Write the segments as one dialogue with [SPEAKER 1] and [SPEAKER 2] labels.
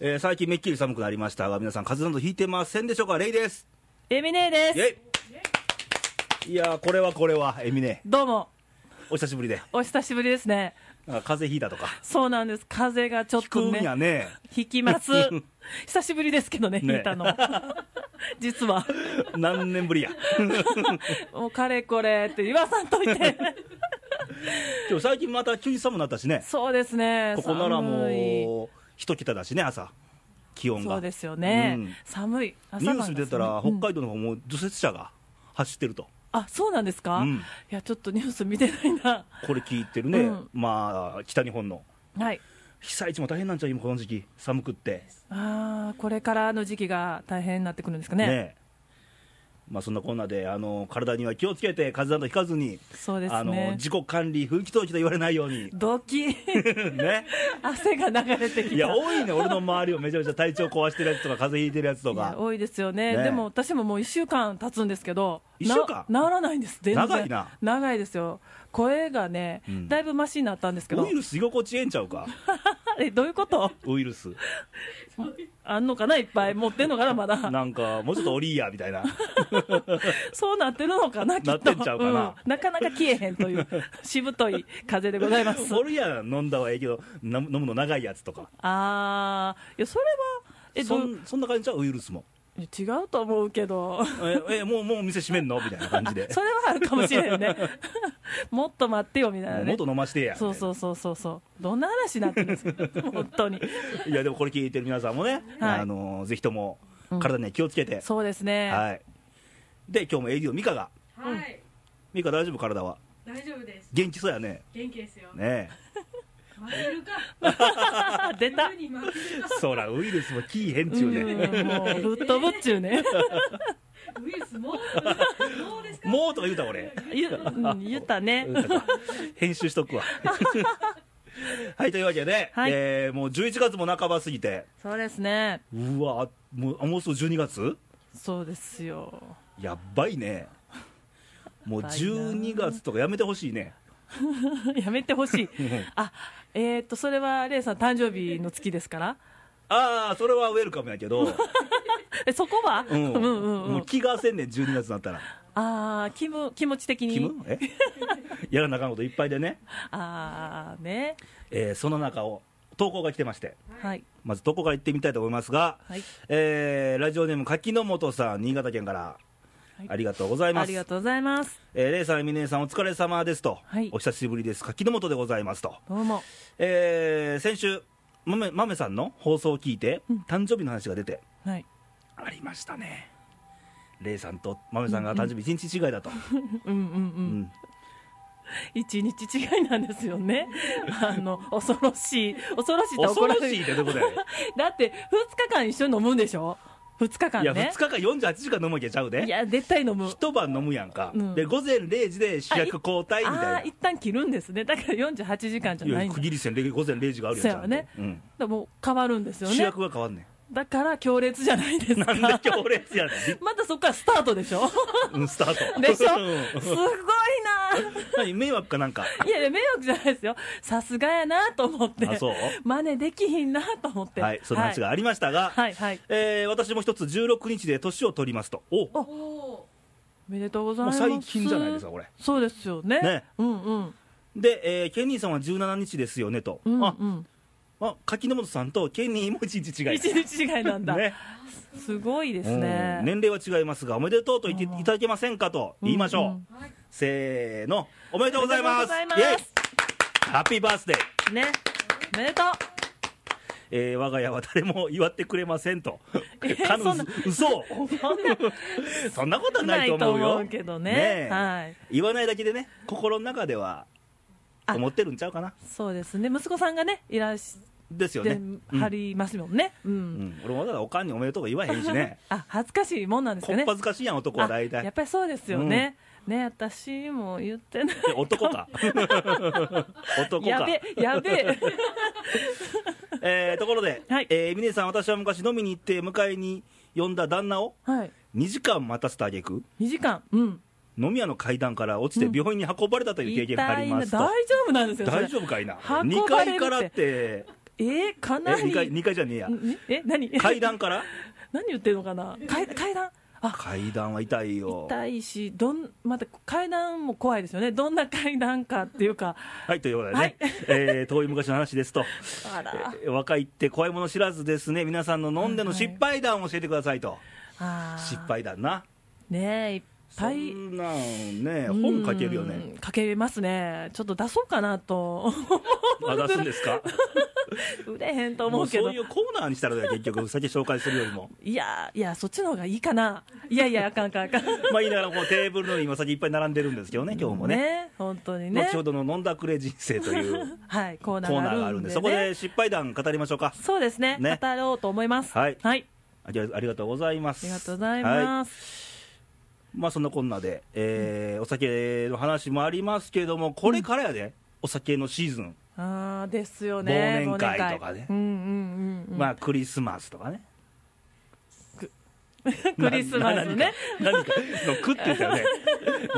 [SPEAKER 1] えー最近めっきり寒くなりましたが、皆さん、風邪などひいてませんでしょうか、レイです。
[SPEAKER 2] エミネーで
[SPEAKER 1] イ
[SPEAKER 2] す。
[SPEAKER 1] ェイいやー、これはこれは、エミネ、
[SPEAKER 2] どうも、
[SPEAKER 1] お久しぶりで、
[SPEAKER 2] お久しぶりですね。
[SPEAKER 1] なんか風邪ひいたとか、
[SPEAKER 2] そうなんです。風がちょっ
[SPEAKER 1] 食
[SPEAKER 2] と
[SPEAKER 1] うんや
[SPEAKER 2] ね、
[SPEAKER 1] ね、
[SPEAKER 2] 引 きます。久しぶりですけどね、
[SPEAKER 1] ね
[SPEAKER 2] 引いたの。 実は。
[SPEAKER 1] 何年ぶりや、
[SPEAKER 2] もうかれこれって言わさんといて。
[SPEAKER 1] でも最近また急に寒くなったしね、
[SPEAKER 2] そうですね。
[SPEAKER 1] ここなら
[SPEAKER 2] 寒い
[SPEAKER 1] もう、一桁だしね、朝、気温が。
[SPEAKER 2] そうですよね。
[SPEAKER 1] うん
[SPEAKER 2] 寒い。朝
[SPEAKER 1] ニ
[SPEAKER 2] 晩
[SPEAKER 1] ュー
[SPEAKER 2] が
[SPEAKER 1] ス
[SPEAKER 2] 寒い
[SPEAKER 1] 出たら、
[SPEAKER 2] うん
[SPEAKER 1] 北海道の方も除雪車が走ってると、
[SPEAKER 2] あ、そうなんですか、
[SPEAKER 1] うん
[SPEAKER 2] いや、ちょっとニュース見てないな。
[SPEAKER 1] これ聞いてるね、
[SPEAKER 2] うん
[SPEAKER 1] まあ、北日本の。
[SPEAKER 2] はい。
[SPEAKER 1] 被災地も大変なんちゃう、今、この時期、寒くって、
[SPEAKER 2] ああ、これからの時期が大変になってくるんですかね。
[SPEAKER 1] ねまあ、そんなこんなであの、体には気をつけて、風邪などひかずに、
[SPEAKER 2] そうですね。、
[SPEAKER 1] あの自己管理、奮起投機と言われないように
[SPEAKER 2] ドキ
[SPEAKER 1] ね、
[SPEAKER 2] 汗が流れてきた
[SPEAKER 1] いや、多いね、俺の周りをめちゃめちゃ体調壊してるやつとか、風邪ひいてるやつと
[SPEAKER 2] いや
[SPEAKER 1] か、
[SPEAKER 2] 多いですよね
[SPEAKER 1] ね
[SPEAKER 2] でも私ももう1週間経つんですけど
[SPEAKER 1] 一週間
[SPEAKER 2] な治らないんです全然
[SPEAKER 1] 長いな
[SPEAKER 2] 長いですよ声がね、
[SPEAKER 1] うん
[SPEAKER 2] だいぶマシになったんですけど
[SPEAKER 1] ウイルス居心地ええんちゃうか、
[SPEAKER 2] えどういうこと
[SPEAKER 1] ウイル ス、
[SPEAKER 2] あんのかないっぱい持ってんのかなまだ
[SPEAKER 1] なんか、もうちょっとおりーやみたいな、
[SPEAKER 2] そうなってるのかなきっと
[SPEAKER 1] なってんちゃうかな
[SPEAKER 2] うんなかなか消えへん というしぶとい風でございます
[SPEAKER 1] おるやん、飲んだはええけど、な飲むの長いやつとか、
[SPEAKER 2] あーいやそれはえ
[SPEAKER 1] そ
[SPEAKER 2] どうん
[SPEAKER 1] そんな感じちゃう、ウイルスも、
[SPEAKER 2] いや違うと思うけど
[SPEAKER 1] ええもうもうお店閉めんのみたいな感じで、
[SPEAKER 2] それはあるかもしれ んねもっと待ってよみたい
[SPEAKER 1] も
[SPEAKER 2] な
[SPEAKER 1] う
[SPEAKER 2] ね
[SPEAKER 1] 元飲ましてや、
[SPEAKER 2] そうそうそうそうそうどんな話になってるんですか本当に
[SPEAKER 1] いやでもこれ聞いてる皆さんもね、
[SPEAKER 2] はい
[SPEAKER 1] あのぜひとも体には気をつけて、
[SPEAKER 2] そうですね、
[SPEAKER 1] はい、で今日も AD の美香が
[SPEAKER 3] はい、
[SPEAKER 1] 美香大丈夫体は
[SPEAKER 3] 大丈夫です。
[SPEAKER 1] 元気そうやね
[SPEAKER 3] 元気ですよ。
[SPEAKER 1] ね
[SPEAKER 3] 負けるか。
[SPEAKER 2] あ出た
[SPEAKER 3] 冬に負ける
[SPEAKER 1] え そらウイルスもきいへんちゅうね、
[SPEAKER 2] うんもうぶっ飛ぶっちゅうね
[SPEAKER 3] か。ウイルスも。もうですか。
[SPEAKER 1] もうとか言うた俺
[SPEAKER 2] 言ううん言ったね
[SPEAKER 1] 言うたか編集しとくわ はいというわけで、
[SPEAKER 2] はい
[SPEAKER 1] えーもう11月も半ば過ぎて
[SPEAKER 2] そうですね
[SPEAKER 1] うわもうあもうすぐ12月
[SPEAKER 2] そうですよ
[SPEAKER 1] やっばいねもう
[SPEAKER 2] やばいな
[SPEAKER 1] 12月とかやめてほしいね
[SPEAKER 2] やめてほしい
[SPEAKER 1] ん
[SPEAKER 2] あえー、っとそれはレイさん誕生日の月ですから
[SPEAKER 1] ああそれはウェルカムやけ ど、
[SPEAKER 2] えそこは、
[SPEAKER 1] うん、
[SPEAKER 2] うんうんう
[SPEAKER 1] も
[SPEAKER 2] ん
[SPEAKER 1] う気がせんねん12月になったら
[SPEAKER 2] ああ気分気持ち的
[SPEAKER 1] キ
[SPEAKER 2] に
[SPEAKER 1] ムえやらなあかんこといっぱいでね、
[SPEAKER 2] ああね
[SPEAKER 1] えーその中を投稿が来てまして
[SPEAKER 2] はい
[SPEAKER 1] まず投稿から行ってみたいと思いますが、
[SPEAKER 2] はい
[SPEAKER 1] えーラジオネーム柿の本さん新潟県から
[SPEAKER 2] はい
[SPEAKER 1] ありがとうござい
[SPEAKER 2] あ
[SPEAKER 1] ます、
[SPEAKER 2] りがとうございます
[SPEAKER 1] えーレイさん、エミネさん、お疲れ様ですと、
[SPEAKER 2] はい
[SPEAKER 1] お久しぶりです、柿の本でございますと、
[SPEAKER 2] どうも
[SPEAKER 1] えー先週、まめまめさんの放送を聞いて、
[SPEAKER 2] うん
[SPEAKER 1] 誕生日の話が出て、
[SPEAKER 2] はい
[SPEAKER 1] ありましたね、レイさんとまめさんが誕生日1日違いだと、
[SPEAKER 2] うんうんう
[SPEAKER 1] うんん
[SPEAKER 2] 一日違いなんです よね。あの、恐ろしい。恐ろしいと
[SPEAKER 1] 恐
[SPEAKER 2] 怒
[SPEAKER 1] ろ
[SPEAKER 2] ら
[SPEAKER 1] し
[SPEAKER 2] れ
[SPEAKER 1] いっ
[SPEAKER 2] る。
[SPEAKER 1] てどこ だよ、
[SPEAKER 2] だって、二日間一緒に飲むんでしょ二日間
[SPEAKER 1] いや、2
[SPEAKER 2] ね
[SPEAKER 1] 日。か48時間飲むわけちゃうで
[SPEAKER 2] い、や、絶対飲む。
[SPEAKER 1] 一晩飲むやんか、
[SPEAKER 2] うん
[SPEAKER 1] で午前0時で主役交代みたい
[SPEAKER 2] あ
[SPEAKER 1] な
[SPEAKER 2] あー、一旦切るんですね。だから48時間じゃ
[SPEAKER 1] い
[SPEAKER 2] な
[SPEAKER 1] や
[SPEAKER 2] いん
[SPEAKER 1] 区
[SPEAKER 2] だ。
[SPEAKER 1] 切り線で午前0時があるやん
[SPEAKER 2] そうやわね
[SPEAKER 1] ちゃんとうん
[SPEAKER 2] だもう変わるんですよ
[SPEAKER 1] 主
[SPEAKER 2] ね。
[SPEAKER 1] 役が変わんね
[SPEAKER 2] だから強烈じゃないです
[SPEAKER 1] んな
[SPEAKER 2] か。
[SPEAKER 1] んで強烈やね
[SPEAKER 2] またそこからスタートで しょ
[SPEAKER 1] ん、うん、スタート
[SPEAKER 2] でしょ
[SPEAKER 1] うん
[SPEAKER 2] すごいな
[SPEAKER 1] 何迷惑かなんか
[SPEAKER 2] いやいや、迷惑じゃないですよ。さすがやなと思って。
[SPEAKER 1] あそう
[SPEAKER 2] 真似できひんなと思って。
[SPEAKER 1] はいその話がありましたが、
[SPEAKER 2] はい。はい、はい。
[SPEAKER 1] えー私も一つ16日で年を取りますとお
[SPEAKER 2] お
[SPEAKER 3] おお
[SPEAKER 2] おめでとうござい
[SPEAKER 1] もう
[SPEAKER 2] ます。
[SPEAKER 1] 最近じゃないですかこれ
[SPEAKER 2] そうですよね。
[SPEAKER 1] ね
[SPEAKER 2] うんうん。
[SPEAKER 1] で、えーケニーさんは17日ですよねと、
[SPEAKER 2] うんう
[SPEAKER 1] あ
[SPEAKER 2] ん。
[SPEAKER 1] あ柿本さんとケニーも1日違い
[SPEAKER 2] 一日違いなんだ。
[SPEAKER 1] ね
[SPEAKER 2] すごいです
[SPEAKER 1] うん
[SPEAKER 2] ね。
[SPEAKER 1] 年齢は違いますがおめでとうと言っていただけませんかと言いましょう、
[SPEAKER 2] うんうん
[SPEAKER 3] ー。はい。
[SPEAKER 1] せーの、おめでとうございます。
[SPEAKER 2] おめでとうございます
[SPEAKER 1] イエイハッピーバースデー。
[SPEAKER 2] ね。おめでとう。
[SPEAKER 1] えー我が家は誰も祝ってくれませんと。
[SPEAKER 2] え ー
[SPEAKER 1] かの
[SPEAKER 2] そんな
[SPEAKER 1] 嘘。
[SPEAKER 2] そんな
[SPEAKER 1] そんなことはないと思う
[SPEAKER 2] ない
[SPEAKER 1] よ。
[SPEAKER 2] と思うけ どね
[SPEAKER 1] え
[SPEAKER 2] はい
[SPEAKER 1] 言わないだけでね、心の中では
[SPEAKER 2] あ
[SPEAKER 1] 思ってるんちゃうかな。
[SPEAKER 2] そうですね。息子さんがね、いらし
[SPEAKER 1] ですよ
[SPEAKER 2] て
[SPEAKER 1] ね。うん
[SPEAKER 2] はりますもんね。う。。
[SPEAKER 1] うんん、俺もだからおかんにおめでとうとか言わへんしね
[SPEAKER 2] あ、恥ずかしいもんなんです
[SPEAKER 1] こ
[SPEAKER 2] か
[SPEAKER 1] っ
[SPEAKER 2] ね。
[SPEAKER 1] ぱずかしいやん、男は大
[SPEAKER 2] あや
[SPEAKER 1] 体
[SPEAKER 2] っ。ぱりそうですよね。ね、私も言ってない。
[SPEAKER 1] いや男 か。男か。
[SPEAKER 2] やべ、やべ。
[SPEAKER 1] えーところで、
[SPEAKER 2] はい
[SPEAKER 1] えー、峰さん、私は昔飲みに行って迎えに呼んだ旦那を
[SPEAKER 2] はい。
[SPEAKER 1] 2時間待たせてあげく。
[SPEAKER 2] 2時間。うん。
[SPEAKER 1] 飲み屋の階段から落ちて病院に運ばれたという経験があ
[SPEAKER 2] 痛
[SPEAKER 1] り
[SPEAKER 2] いな
[SPEAKER 1] ます
[SPEAKER 2] 大
[SPEAKER 1] と、
[SPEAKER 2] 丈夫なんですよ。それ
[SPEAKER 1] 大丈夫かいな
[SPEAKER 2] 運ば
[SPEAKER 1] 2階
[SPEAKER 2] れるって
[SPEAKER 1] からって
[SPEAKER 2] えー、かな
[SPEAKER 1] え
[SPEAKER 2] り
[SPEAKER 1] 二階二階じゃねえや
[SPEAKER 2] んえ何
[SPEAKER 1] 階段から
[SPEAKER 2] 何言ってるのかな階階段あ
[SPEAKER 1] 階段は痛いよ
[SPEAKER 2] 痛いしどんまた階段も怖いですよねどんな階段かっていうか
[SPEAKER 1] はいということでね、
[SPEAKER 2] はい
[SPEAKER 1] えー遠い昔の話 ですと
[SPEAKER 2] あら
[SPEAKER 1] えー若いって怖いもの知らずですね皆さんの飲んでの失敗談を教えてくださいと、
[SPEAKER 2] あー
[SPEAKER 1] 失敗談な
[SPEAKER 2] ねえいっぱい
[SPEAKER 1] そんなんね本書けるよね
[SPEAKER 2] うん書けますねちょっと出そうかなと
[SPEAKER 1] あ出すんですか
[SPEAKER 2] 売れへんと
[SPEAKER 1] も
[SPEAKER 2] 思
[SPEAKER 1] う
[SPEAKER 2] うけ
[SPEAKER 1] そ
[SPEAKER 2] ど
[SPEAKER 1] ういうコーナーにしたらだよ結局先紹介するよりも
[SPEAKER 2] いやいやそっちの方がいいかないやいやあかんあかんあかん
[SPEAKER 1] まあ言いながらこうテーブルの上に今先いっぱい並んでるんですけどね今日もね
[SPEAKER 2] 本当にね
[SPEAKER 1] 後ほどの飲んだくれ人生という
[SPEAKER 2] はいコ
[SPEAKER 1] コ
[SPEAKER 2] ーナ
[SPEAKER 1] ーナ
[SPEAKER 2] ー
[SPEAKER 1] ーが
[SPEAKER 2] が
[SPEAKER 1] あ
[SPEAKER 2] あ
[SPEAKER 1] るん
[SPEAKER 2] るん
[SPEAKER 1] で
[SPEAKER 2] で
[SPEAKER 1] そこ
[SPEAKER 2] ね
[SPEAKER 1] で失敗談語りましょうか
[SPEAKER 2] そうですね
[SPEAKER 1] ね
[SPEAKER 2] 語ろうと思います
[SPEAKER 1] はい
[SPEAKER 2] はい、
[SPEAKER 1] ありありがとうございま
[SPEAKER 2] あ
[SPEAKER 1] す
[SPEAKER 2] りがとうござい
[SPEAKER 1] は
[SPEAKER 2] ます、
[SPEAKER 1] まあそんなこんなで、えーお酒の話もありますけどもこれからやで、お酒のシーズン、
[SPEAKER 2] ああですよね
[SPEAKER 1] 忘年会とかね
[SPEAKER 2] 忘年会うんうんうん、うん、
[SPEAKER 1] まあクリスマスとかね
[SPEAKER 2] クリスマスね
[SPEAKER 1] な何か何かの食って言ったよね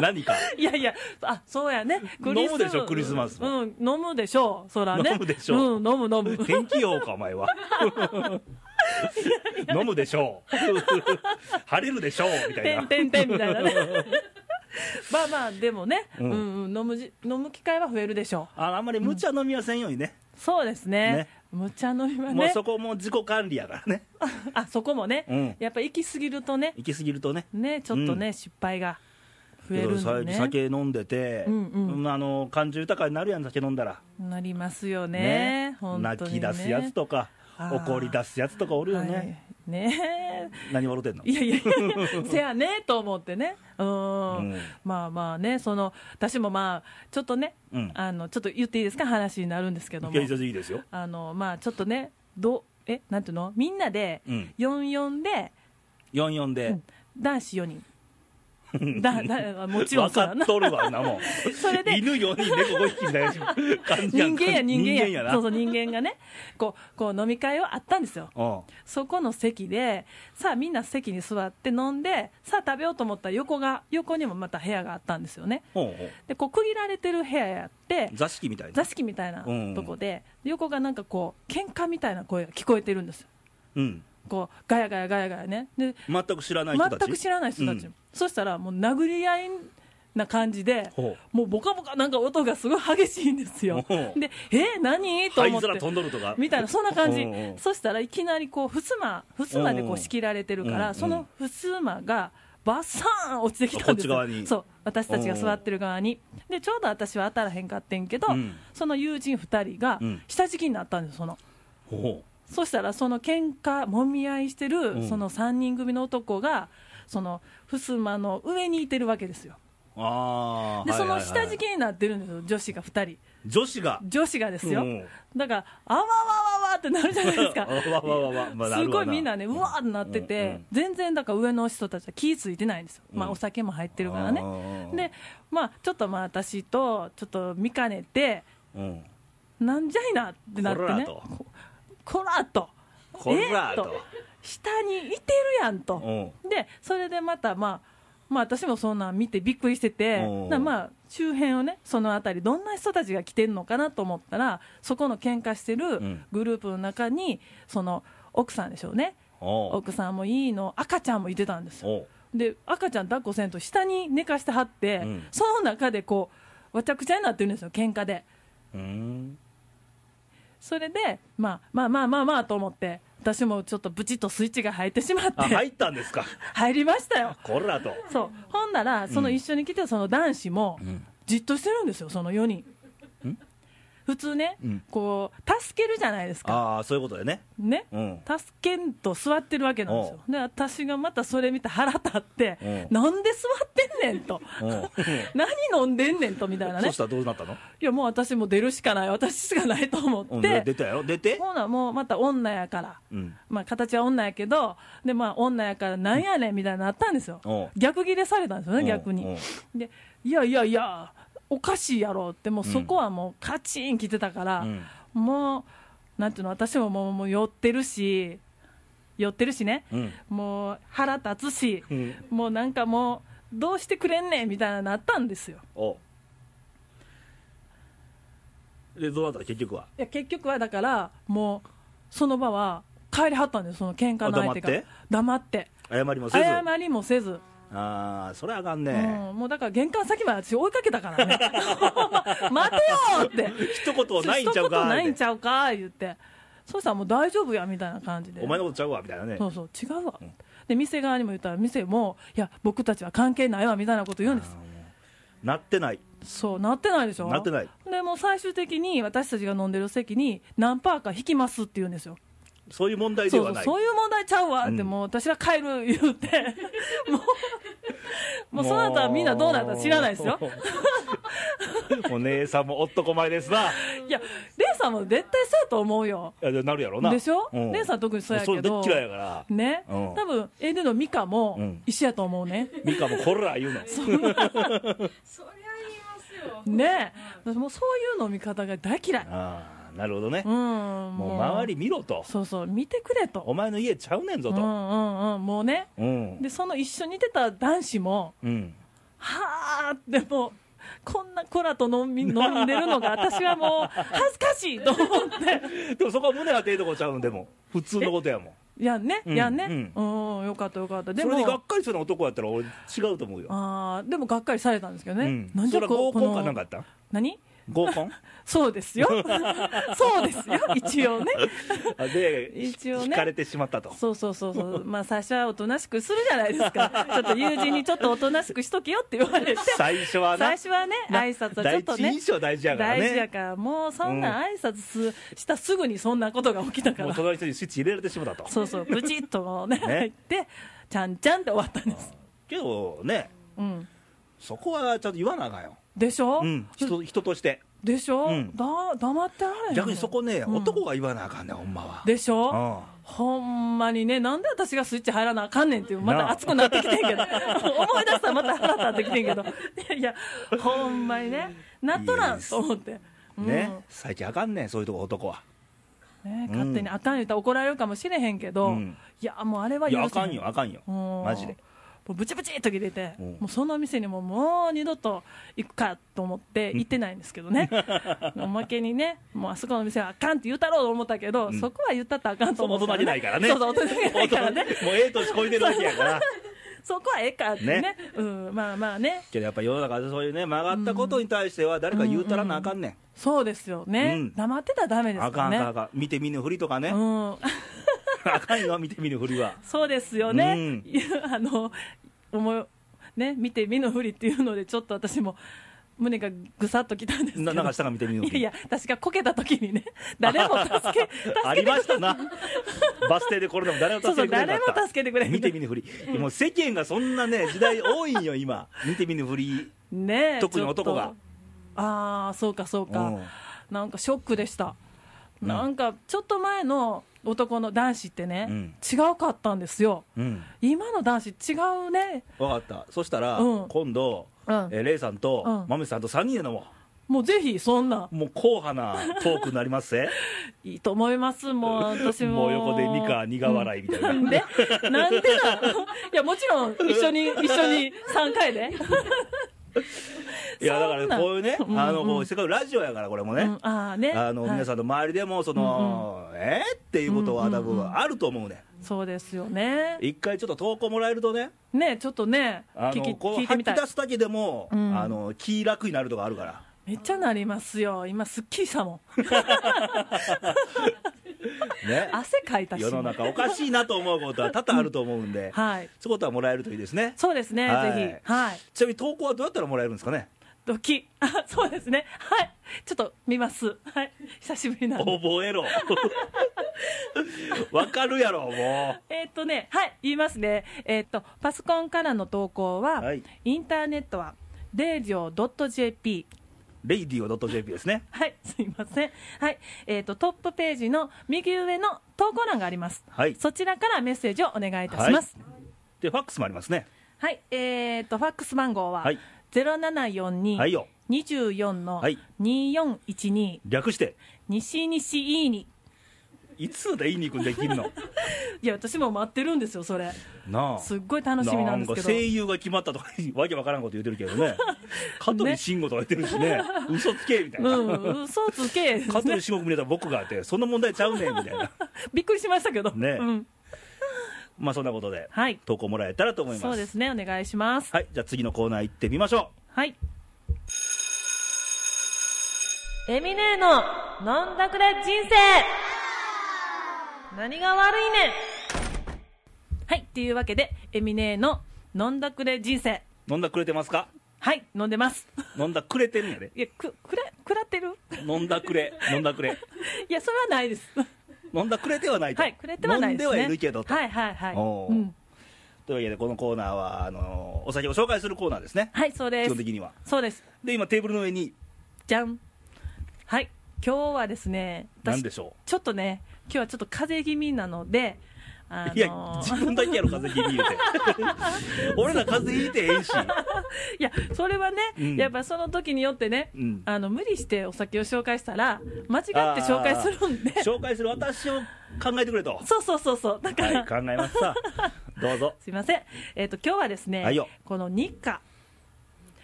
[SPEAKER 1] 何か
[SPEAKER 2] いやいや、あそうやね、
[SPEAKER 1] 飲むでしょクリスマスも
[SPEAKER 2] うん、飲むでしょう、そらね、
[SPEAKER 1] 飲むでしょ
[SPEAKER 2] うん、飲む 飲む、
[SPEAKER 1] 天気予報かお前は飲むでしょう晴れるでしょうみたい
[SPEAKER 2] て
[SPEAKER 1] なん
[SPEAKER 2] てんてんみた いなね、まあまあ、でもね、
[SPEAKER 1] う
[SPEAKER 2] うんんうん、飲むじ飲む機会は増えるでしょ
[SPEAKER 1] ああんまり無茶飲みはせんようにね、
[SPEAKER 2] う、そうですね
[SPEAKER 1] ね、
[SPEAKER 2] むちゃ飲みは
[SPEAKER 1] もう
[SPEAKER 2] ね、
[SPEAKER 1] そこも自己管理やからね、
[SPEAKER 2] あそこもね、
[SPEAKER 1] うん
[SPEAKER 2] やっぱ行き過ぎるとね、
[SPEAKER 1] 行き過ぎるとね、
[SPEAKER 2] ねちょっとね、
[SPEAKER 1] う
[SPEAKER 2] 失敗が増えるんで
[SPEAKER 1] さ
[SPEAKER 2] ね、
[SPEAKER 1] 酒飲んでて、
[SPEAKER 2] うんうん
[SPEAKER 1] あの感情豊かになるやん、酒飲んだら、
[SPEAKER 2] なりますよね、
[SPEAKER 1] ね
[SPEAKER 2] 本当
[SPEAKER 1] 泣
[SPEAKER 2] に、ね、
[SPEAKER 1] き出すやつとか
[SPEAKER 2] あ、ー
[SPEAKER 1] 怒り出すやつとかおるよね、
[SPEAKER 2] はい、ね
[SPEAKER 1] 何笑ってんの、
[SPEAKER 2] いやい や、せやねと思ってね、うん、
[SPEAKER 1] うん
[SPEAKER 2] まあまあね、その私もまあ、ちょっとね、
[SPEAKER 1] うん
[SPEAKER 2] あの、ちょっと言っていいですか、話になるんですけども
[SPEAKER 1] い、や、いいですよ、
[SPEAKER 2] あのまあ、ちょっとね、どうえなんていうの、みんなで
[SPEAKER 1] うん、
[SPEAKER 2] 44で、
[SPEAKER 1] 44
[SPEAKER 2] う
[SPEAKER 1] で
[SPEAKER 2] ん、男子4人、だだもちろん
[SPEAKER 1] 分
[SPEAKER 2] そ
[SPEAKER 1] か
[SPEAKER 2] うやな
[SPEAKER 1] っ、とるわ、あんなもん、
[SPEAKER 2] それで
[SPEAKER 1] 犬4人、猫5匹 みたいな感じ
[SPEAKER 2] 人間や、人間や、
[SPEAKER 1] 人間やな
[SPEAKER 2] そうそう、人間がね、こうこう飲み会はあったんですよ。そこの席で、さあみんな席に座って飲んで、さあ食べようと思ったら横が、横にもまた部屋があったんですよね。
[SPEAKER 1] うんほうほ
[SPEAKER 2] で、こう区切られてる部屋やって
[SPEAKER 1] う、座敷みたいな
[SPEAKER 2] 座、敷みたいな
[SPEAKER 1] うん
[SPEAKER 2] とこで、横がなんかこう、喧嘩みたいな声が聞こえてるんですよ。
[SPEAKER 1] うん、
[SPEAKER 2] こう、ガヤガヤガヤガヤね。で、
[SPEAKER 1] 全く知らない人たち、
[SPEAKER 2] 全く知らない人たち。
[SPEAKER 1] うん
[SPEAKER 2] そしたらもう殴り合いな感じで、
[SPEAKER 1] ほ
[SPEAKER 2] もうボカボカなんか音がすごい激しいんで すよ。
[SPEAKER 1] ほう
[SPEAKER 2] で、え何
[SPEAKER 1] う
[SPEAKER 2] と
[SPEAKER 1] 灰
[SPEAKER 2] 思って。
[SPEAKER 1] 皿飛んどるとか、
[SPEAKER 2] みたいな、そんな感じ
[SPEAKER 1] うんうん、
[SPEAKER 2] そしたらいきなりこう、ふすま、ふすまで
[SPEAKER 1] うん
[SPEAKER 2] こ
[SPEAKER 1] うん
[SPEAKER 2] う仕切られてるか
[SPEAKER 1] うんう
[SPEAKER 2] ら、
[SPEAKER 1] ん
[SPEAKER 2] そのふすまが、バッサーン落ちてきたんですよ
[SPEAKER 1] こっち側に
[SPEAKER 2] そう、私たちが座ってる側に。で、ちょうど私は当たらへんかってんけど
[SPEAKER 1] うん、
[SPEAKER 2] その友人2人が
[SPEAKER 1] うん、
[SPEAKER 2] 下敷きになったんですよ、その。
[SPEAKER 1] ほうほ
[SPEAKER 2] そしたら、その喧嘩もみ合いして
[SPEAKER 1] うん
[SPEAKER 2] る、その3人組の男が、その、ふすまの上にいてるわけですよ。
[SPEAKER 1] うあー
[SPEAKER 2] で、
[SPEAKER 1] はい
[SPEAKER 2] そ
[SPEAKER 1] はいは
[SPEAKER 2] の
[SPEAKER 1] い
[SPEAKER 2] 下敷きになってるんですよ、女子が2人。
[SPEAKER 1] 女子が
[SPEAKER 2] 女子がですよ
[SPEAKER 1] うん。。
[SPEAKER 2] だから、あわわわわってなるじゃないですか
[SPEAKER 1] わわわわまあな
[SPEAKER 2] す
[SPEAKER 1] るわ
[SPEAKER 2] ごいみんなね、うわーってなってて、
[SPEAKER 1] うんうん
[SPEAKER 2] 全然だから上の人たちは気付いてないんですよ、ま
[SPEAKER 1] う
[SPEAKER 2] あ、
[SPEAKER 1] ん
[SPEAKER 2] お酒も入ってるからね、
[SPEAKER 1] あー
[SPEAKER 2] で、まあ、ちょっとまあ私とちょっと見かねて、
[SPEAKER 1] うん
[SPEAKER 2] なんじゃいなってなってね、
[SPEAKER 1] こら
[SPEAKER 2] こらっと、
[SPEAKER 1] こらっと
[SPEAKER 2] えー下にいてるやん
[SPEAKER 1] う
[SPEAKER 2] と、
[SPEAKER 1] ん
[SPEAKER 2] でそれでまた、まあ、まあ、私もそんなん見てびっくりしてて、
[SPEAKER 1] うん
[SPEAKER 2] なまあ周辺をね、その辺り、どんな人たちが来てるのかなと思ったら、そこの喧嘩してるグループの中に、その奥さんでしょうね。
[SPEAKER 1] おう
[SPEAKER 2] 奥さんもいいの赤ちゃんもいてたんですよ
[SPEAKER 1] おう
[SPEAKER 2] で赤ちゃん抱っこせんと下に寝かしてはって、
[SPEAKER 1] うん
[SPEAKER 2] その中でこうわちゃくちゃになってるんですよ喧嘩で
[SPEAKER 1] うーん
[SPEAKER 2] それで、まあ、まあまあまあまあと思って私もちょっとブチッとスイッチが入ってしまって
[SPEAKER 1] あ入ったんですか
[SPEAKER 2] 入りましたよ
[SPEAKER 1] こらと
[SPEAKER 2] そうほんならその一緒に来てたその男子も
[SPEAKER 1] うん
[SPEAKER 2] じっとしてるんですよその4人
[SPEAKER 1] ん
[SPEAKER 2] 普通ね、
[SPEAKER 1] うん
[SPEAKER 2] こう助けるじゃないですか
[SPEAKER 1] ああそういうことでね
[SPEAKER 2] ね
[SPEAKER 1] うん
[SPEAKER 2] 助けんと座ってるわけなんですよで私がまたそれ見て腹立って
[SPEAKER 1] う
[SPEAKER 2] なんで座ってんねんと
[SPEAKER 1] うん
[SPEAKER 2] 何飲んでんねんとみたいな
[SPEAKER 1] そ
[SPEAKER 2] ね
[SPEAKER 1] したらどうなったの
[SPEAKER 2] いやもう私も出るしかない私しかないと思
[SPEAKER 1] う
[SPEAKER 2] っ
[SPEAKER 1] んで出
[SPEAKER 2] て
[SPEAKER 1] たよ出て
[SPEAKER 2] ほなもうまた女やから
[SPEAKER 1] うん
[SPEAKER 2] まあ形は女やけどでまあ女やからなんやねんみたいになったんですよ
[SPEAKER 1] おう
[SPEAKER 2] 逆ギレされたんですよ
[SPEAKER 1] うん
[SPEAKER 2] ね逆
[SPEAKER 1] うん
[SPEAKER 2] にでいやいやいやおかしいやろってもうそこはもうカチン来てたから、
[SPEAKER 1] うん
[SPEAKER 2] もう、なんていうの、私ももうもう酔ってるし、酔ってるしね、
[SPEAKER 1] うん
[SPEAKER 2] もう腹立つし、
[SPEAKER 1] うん
[SPEAKER 2] もうなんかもう、どうしてくれんねんみたいななったんですよ。
[SPEAKER 1] おうで、どうだった結局は。
[SPEAKER 2] いや結局はだからもうその場は帰りはったんですその喧嘩の相手が
[SPEAKER 1] あ
[SPEAKER 2] 黙って
[SPEAKER 1] 謝りもせず。
[SPEAKER 2] 謝
[SPEAKER 1] あ
[SPEAKER 2] りもせず、
[SPEAKER 1] あー、それあかんね。
[SPEAKER 2] うんもうだから玄関先まで私追いかけたからね 待てよって
[SPEAKER 1] 一言ないんちゃう
[SPEAKER 2] 一
[SPEAKER 1] か
[SPEAKER 2] 言ないん
[SPEAKER 1] ー
[SPEAKER 2] ちゃうか言ってそうしたらもう大丈夫やみたいな感じで
[SPEAKER 1] お前のことちゃうわ、みたいなね。
[SPEAKER 2] そうそう違うわ、で店側にも言ったら店もいや僕たちは関係ないわみたいなこと言うんです
[SPEAKER 1] あーもうなってない。
[SPEAKER 2] そうなってないでしょ
[SPEAKER 1] なってない
[SPEAKER 2] でもう最終的に私たちが飲んでる席に何パーか引きますって言うんですよ
[SPEAKER 1] そういう問題で
[SPEAKER 2] そう
[SPEAKER 1] は
[SPEAKER 2] そう
[SPEAKER 1] ない。
[SPEAKER 2] そういう問題ちゃうわって、
[SPEAKER 1] うん
[SPEAKER 2] もう私は帰る言うて もうもうその後はみんなどうなったか知らないですよ
[SPEAKER 1] もう。お姉さん も男前ですな。
[SPEAKER 2] いやレイさんも絶対そうやと思うよ
[SPEAKER 1] いやなるやろな。
[SPEAKER 2] でしょ
[SPEAKER 1] うん
[SPEAKER 2] 姉さん特にそうやけど
[SPEAKER 1] もれ大っ嫌いやから。
[SPEAKER 2] ね、
[SPEAKER 1] うん
[SPEAKER 2] 多分 AD のミカも
[SPEAKER 1] うん
[SPEAKER 2] 一緒やと思うね、
[SPEAKER 1] ミカもこら言うの。
[SPEAKER 3] そりゃ言いますよ。
[SPEAKER 2] ね私もうそういう飲み方が大嫌い
[SPEAKER 1] ああ、なるほどね
[SPEAKER 2] う。んも
[SPEAKER 1] もう周り見ろと。
[SPEAKER 2] そうそう見てくれと
[SPEAKER 1] お前の家ちゃうねんぞ
[SPEAKER 2] うんう
[SPEAKER 1] と。
[SPEAKER 2] んうんもうね
[SPEAKER 1] うん。
[SPEAKER 2] でその一緒に出た男子も
[SPEAKER 1] うん。
[SPEAKER 2] はあでもこんな子らと飲 み飲んでるのが私はもう恥ずかしいと思って
[SPEAKER 1] でもそこは胸当てえとこちゃうんでも普通のことやもん
[SPEAKER 2] いやんね
[SPEAKER 1] うん
[SPEAKER 2] いやんねうん、よかったよかったで
[SPEAKER 1] それにが
[SPEAKER 2] も
[SPEAKER 1] っかりするような男やったら俺違うと思うよ、
[SPEAKER 2] あーでもがっかりされたんですけど
[SPEAKER 1] う
[SPEAKER 2] ね、
[SPEAKER 1] ん、
[SPEAKER 2] なん
[SPEAKER 1] それ
[SPEAKER 2] で
[SPEAKER 1] は
[SPEAKER 2] こ
[SPEAKER 1] 合
[SPEAKER 2] うこ
[SPEAKER 1] コンか
[SPEAKER 2] の
[SPEAKER 1] なんかやった
[SPEAKER 2] 何
[SPEAKER 1] 合コン
[SPEAKER 2] そうで すよそうですよ一応ね
[SPEAKER 1] あで
[SPEAKER 2] 一応ね
[SPEAKER 1] 引かれてしまったと
[SPEAKER 2] そうそうそ うそう、まあ、最初はおとなしくするじゃないですか、ちょっと友人にちょっとおとなしくしとけよって言われて、
[SPEAKER 1] 最初はな
[SPEAKER 2] 最初はね、挨拶はちょっと
[SPEAKER 1] 第一
[SPEAKER 2] ね
[SPEAKER 1] 印。象大事やからね
[SPEAKER 2] 大事やから、もうそんな挨拶す、したすぐにそんなことが起きたか
[SPEAKER 1] もう
[SPEAKER 2] ら、
[SPEAKER 1] 隣の人にスイッチ入れられてしまったと
[SPEAKER 2] そうそう、ブチッともうね、
[SPEAKER 1] ね
[SPEAKER 2] 入って、ちゃんちゃんって終わったんです。
[SPEAKER 1] けどね
[SPEAKER 2] うん、
[SPEAKER 1] そこはちゃんと言わなあかんよ、
[SPEAKER 2] でしょ、
[SPEAKER 1] うん、人人として
[SPEAKER 2] でしょ、
[SPEAKER 1] うん
[SPEAKER 2] だ黙ってられへんの
[SPEAKER 1] 逆にそこね、
[SPEAKER 2] うん
[SPEAKER 1] 男が言わなあかんねんほんまは
[SPEAKER 2] でしょ、
[SPEAKER 1] うん
[SPEAKER 2] ほんまにね、なんで私がスイッチ入らなあかんねんっていう、ま
[SPEAKER 1] な
[SPEAKER 2] た
[SPEAKER 1] あ
[SPEAKER 2] 熱くなってきてんけど、 思い出したらまた腹立ってきてんけど、 いや、ほんまにね、なっとらんと思って、うん
[SPEAKER 1] ね、最近あかんねんそういうとこ男は
[SPEAKER 2] ね
[SPEAKER 1] うん
[SPEAKER 2] 勝手にあかん言うたら怒られるかもしれへんけど、
[SPEAKER 1] うん
[SPEAKER 2] いや、もうあれはい
[SPEAKER 1] や
[SPEAKER 2] 許
[SPEAKER 1] あ
[SPEAKER 2] せへ
[SPEAKER 1] かんよあかんよ
[SPEAKER 2] うん
[SPEAKER 1] マジで
[SPEAKER 2] もうブチブチっと切れて、
[SPEAKER 1] うん
[SPEAKER 2] もうその店にももう二度と行くかと思って行ってないんですけど ね、おまけにね、もうあそこの店はあかんって言うたろうと思ったけど、
[SPEAKER 1] うん
[SPEAKER 2] そこは言ったったらあかんと
[SPEAKER 1] そ
[SPEAKER 2] 思
[SPEAKER 1] の大
[SPEAKER 2] う
[SPEAKER 1] 人
[SPEAKER 2] ら
[SPEAKER 1] げないからね
[SPEAKER 2] そうそう、大人 げないからね。
[SPEAKER 1] もうええ年こいてるだけやから
[SPEAKER 2] そこはええかってね
[SPEAKER 1] ね
[SPEAKER 2] うん、まあまあね、
[SPEAKER 1] けどやっぱ世の中でそういうね曲がったことに対しては誰か言うたらなあかんね
[SPEAKER 2] そうですよね、
[SPEAKER 1] うん
[SPEAKER 2] 黙ってたらだめ
[SPEAKER 1] ん、
[SPEAKER 2] です
[SPEAKER 1] あ
[SPEAKER 2] か
[SPEAKER 1] からんあ
[SPEAKER 2] ね、
[SPEAKER 1] かんあかん見て見ぬふりとかね、
[SPEAKER 2] うん、
[SPEAKER 1] あかんよ見て見ぬふりは
[SPEAKER 2] そうですよね、
[SPEAKER 1] うん
[SPEAKER 2] あの思いね、見て見ぬふりっていうので、ちょっと私も胸がぐさっときたんですけ
[SPEAKER 1] な
[SPEAKER 2] ど、
[SPEAKER 1] なんかしたか見て見ぬふ
[SPEAKER 2] い
[SPEAKER 1] り
[SPEAKER 2] やいや、私がこけた時にね、 誰も助け
[SPEAKER 1] あ
[SPEAKER 2] 助け
[SPEAKER 1] り
[SPEAKER 2] て
[SPEAKER 1] ました なバス停でこれでも誰も
[SPEAKER 2] そう
[SPEAKER 1] 助
[SPEAKER 2] そ
[SPEAKER 1] け
[SPEAKER 2] う
[SPEAKER 1] てくれな
[SPEAKER 2] 誰も
[SPEAKER 1] かった
[SPEAKER 2] 助けてくれへん
[SPEAKER 1] 見て見ぬふりもう世間がそんなね時代多いんよ今見て見ぬふり
[SPEAKER 2] ねえ
[SPEAKER 1] 特に 男が
[SPEAKER 2] ちょっとああそうかそうか、
[SPEAKER 1] うん
[SPEAKER 2] なんかショックでした、
[SPEAKER 1] うん
[SPEAKER 2] なんかちょっと前の男の男子ってね、
[SPEAKER 1] うん
[SPEAKER 2] 違うかったんですよ
[SPEAKER 1] うん
[SPEAKER 2] 今の男子違うね
[SPEAKER 1] 分かったそしたら、
[SPEAKER 2] うん
[SPEAKER 1] 今度、
[SPEAKER 2] うん
[SPEAKER 1] えーレイさんと、
[SPEAKER 2] うん
[SPEAKER 1] マメさんと3人で飲も
[SPEAKER 2] もうぜひそんな
[SPEAKER 1] うもう硬派なトークになります ぜ
[SPEAKER 2] いいと思いますもう私
[SPEAKER 1] も
[SPEAKER 2] も
[SPEAKER 1] う横でミカ苦笑いみたいな、
[SPEAKER 2] なんでなんでだいやもちろん一緒に一緒に3 回で、
[SPEAKER 1] いやだか
[SPEAKER 2] そん
[SPEAKER 1] ら
[SPEAKER 2] な
[SPEAKER 1] こういうね、
[SPEAKER 2] うん
[SPEAKER 1] あのこうせっかくラジオやから、これも
[SPEAKER 2] う
[SPEAKER 1] ね
[SPEAKER 2] ん、、ああね
[SPEAKER 1] あの
[SPEAKER 2] はい
[SPEAKER 1] 皆さんの周りでも、その、えーっていうことは、
[SPEAKER 2] うんうん
[SPEAKER 1] 多
[SPEAKER 2] うん
[SPEAKER 1] 分あると思うね、
[SPEAKER 2] そうですよね
[SPEAKER 1] 一回ちょっと投稿もらえるとね、
[SPEAKER 2] ねちょっとね
[SPEAKER 1] あ
[SPEAKER 2] 聞き
[SPEAKER 1] のこ
[SPEAKER 2] 聞
[SPEAKER 1] う
[SPEAKER 2] いて
[SPEAKER 1] 吐
[SPEAKER 2] み
[SPEAKER 1] き
[SPEAKER 2] たい
[SPEAKER 1] 出すだけでも、
[SPEAKER 2] うん
[SPEAKER 1] あの気楽になるとかあるから、
[SPEAKER 2] めっちゃなりますよ今すっきりしたもん
[SPEAKER 1] ね、
[SPEAKER 2] 汗かいたし
[SPEAKER 1] 世の中、おかしいなと思うことは多々あると思うんで、
[SPEAKER 2] はい
[SPEAKER 1] そういうことはもらえるといいですね。
[SPEAKER 2] そうですね、
[SPEAKER 1] はい
[SPEAKER 2] ぜひはい
[SPEAKER 1] ちなみに投稿はどうやったらもらえるんですかね、
[SPEAKER 2] ドキあそうですねはいちょっと見ますはい久しぶりなんで
[SPEAKER 1] 覚 えろ、わかるやろ、も
[SPEAKER 2] えーっとねはい言いますねえーっとパソコンからの投稿は、
[SPEAKER 1] はい
[SPEAKER 2] インターネットは radio.jp
[SPEAKER 1] う、radio.jp ですね。
[SPEAKER 2] はいすいませんはいえーっとトップページの右上の投稿欄があります、
[SPEAKER 1] はい
[SPEAKER 2] そちらからメッセージをお願いいたします、
[SPEAKER 1] で、ファックスもありますね。
[SPEAKER 2] はい、えー、とファックス番号は
[SPEAKER 1] はいはいよ
[SPEAKER 2] 074224の
[SPEAKER 1] はい
[SPEAKER 2] 2412
[SPEAKER 1] 略して
[SPEAKER 2] 西西いいに
[SPEAKER 1] いいつだったらいい肉できんの
[SPEAKER 2] いや私も待ってるんですよそれ
[SPEAKER 1] なあ
[SPEAKER 2] すっごい楽しみなんですけ
[SPEAKER 1] か
[SPEAKER 2] ど
[SPEAKER 1] 声優が決まったとかわけわからんこと言ってるけど ね香取慎吾とか言ってるしね嘘つけみたいな、
[SPEAKER 2] うん嘘つけですね
[SPEAKER 1] 香取慎吾組れたら僕がってそんな問題ちゃうねんみたい な
[SPEAKER 2] びっくりしましたけど
[SPEAKER 1] ね
[SPEAKER 2] うん
[SPEAKER 1] まあそんなことで
[SPEAKER 2] はい
[SPEAKER 1] 投稿もらえたらと思います
[SPEAKER 2] そうですねお願いします
[SPEAKER 1] はいじゃあ次のコーナー行ってみましょ
[SPEAKER 2] はいエミネーの飲んだくれ人生何が悪いねんはいっていうわけでエミネーの飲んだくれ人生
[SPEAKER 1] う飲んだくれてますか
[SPEAKER 2] はい飲んでます
[SPEAKER 1] 飲んだくれてるんやで
[SPEAKER 2] いやくくらくらってる
[SPEAKER 1] 飲んだくれ飲んだくれ
[SPEAKER 2] いやそれはないです
[SPEAKER 1] 飲んだくれてはないと、
[SPEAKER 2] はいくれてはないで
[SPEAKER 1] 飲
[SPEAKER 2] す、ね、
[SPEAKER 1] んではいるけどと、
[SPEAKER 2] はいはいはい
[SPEAKER 1] おー
[SPEAKER 2] うん
[SPEAKER 1] というわけでこのコーナーはあのーお酒を紹介するコーナーですね
[SPEAKER 2] はいそうで
[SPEAKER 1] 基
[SPEAKER 2] す
[SPEAKER 1] 本的には
[SPEAKER 2] そうです
[SPEAKER 1] で今テーブルの上に
[SPEAKER 2] じゃんはい今日はですね
[SPEAKER 1] 何でしょ
[SPEAKER 2] ちょっとね今日はちょっと風邪気味なのであの
[SPEAKER 1] ういや自分だけやろ風邪ひいて俺ら風邪ひいてええし
[SPEAKER 2] いやそれはね、
[SPEAKER 1] うん
[SPEAKER 2] やっぱその時によってね、
[SPEAKER 1] うん
[SPEAKER 2] あの無理してお酒を紹介したら間違って紹介するんで
[SPEAKER 1] 紹介する私を考えてくれと
[SPEAKER 2] そうそうそうそうだか
[SPEAKER 1] はい
[SPEAKER 2] ら、
[SPEAKER 1] 考えますさあどうぞ
[SPEAKER 2] すいませんえっ、と今日はですね、
[SPEAKER 1] はいよ
[SPEAKER 2] この日課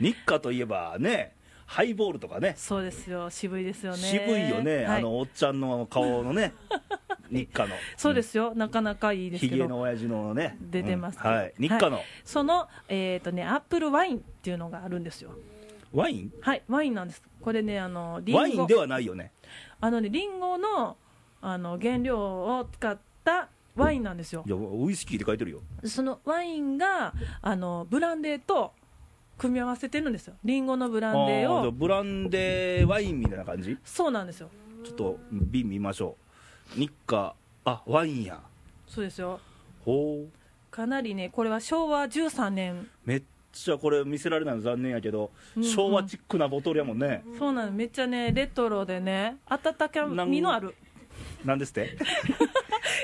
[SPEAKER 1] 日課といえばねハイボールとかね
[SPEAKER 2] そうですよ渋いですよね
[SPEAKER 1] 渋いよね、
[SPEAKER 2] はい
[SPEAKER 1] あのおっちゃんの顔の ね日課の
[SPEAKER 2] そうですよなかなかいいです
[SPEAKER 1] ひ
[SPEAKER 2] け
[SPEAKER 1] げ
[SPEAKER 2] ど
[SPEAKER 1] の親父のね
[SPEAKER 2] 出てます、
[SPEAKER 1] うんはい日課の、
[SPEAKER 2] はいそのえっ、とねアップルワインっていうのがあるんですよ
[SPEAKER 1] ワイン
[SPEAKER 2] はいワインなんですこれねあのリンゴ
[SPEAKER 1] ワインではないよね
[SPEAKER 2] あのねリンゴのあの原料を使ったワインなんですよ
[SPEAKER 1] いやウイスキーって書いてるよ
[SPEAKER 2] そのワインがあのブランデーと組み合わせてるんですよリンゴのブランデ
[SPEAKER 1] あー
[SPEAKER 2] ー
[SPEAKER 1] じゃあ
[SPEAKER 2] を
[SPEAKER 1] ブランデーワインみたいな感じ
[SPEAKER 2] そうなんですよ
[SPEAKER 1] ちょっと瓶見ましょう日課あワインや
[SPEAKER 2] そうですよ
[SPEAKER 1] ほう
[SPEAKER 2] かなりねこれは昭和13年
[SPEAKER 1] めっちゃこれ見せられないの残念やけど、
[SPEAKER 2] うんうん
[SPEAKER 1] 昭和チックなボトルやもんね
[SPEAKER 2] そうなのめっちゃねレトロでね温かみのある
[SPEAKER 1] なんです って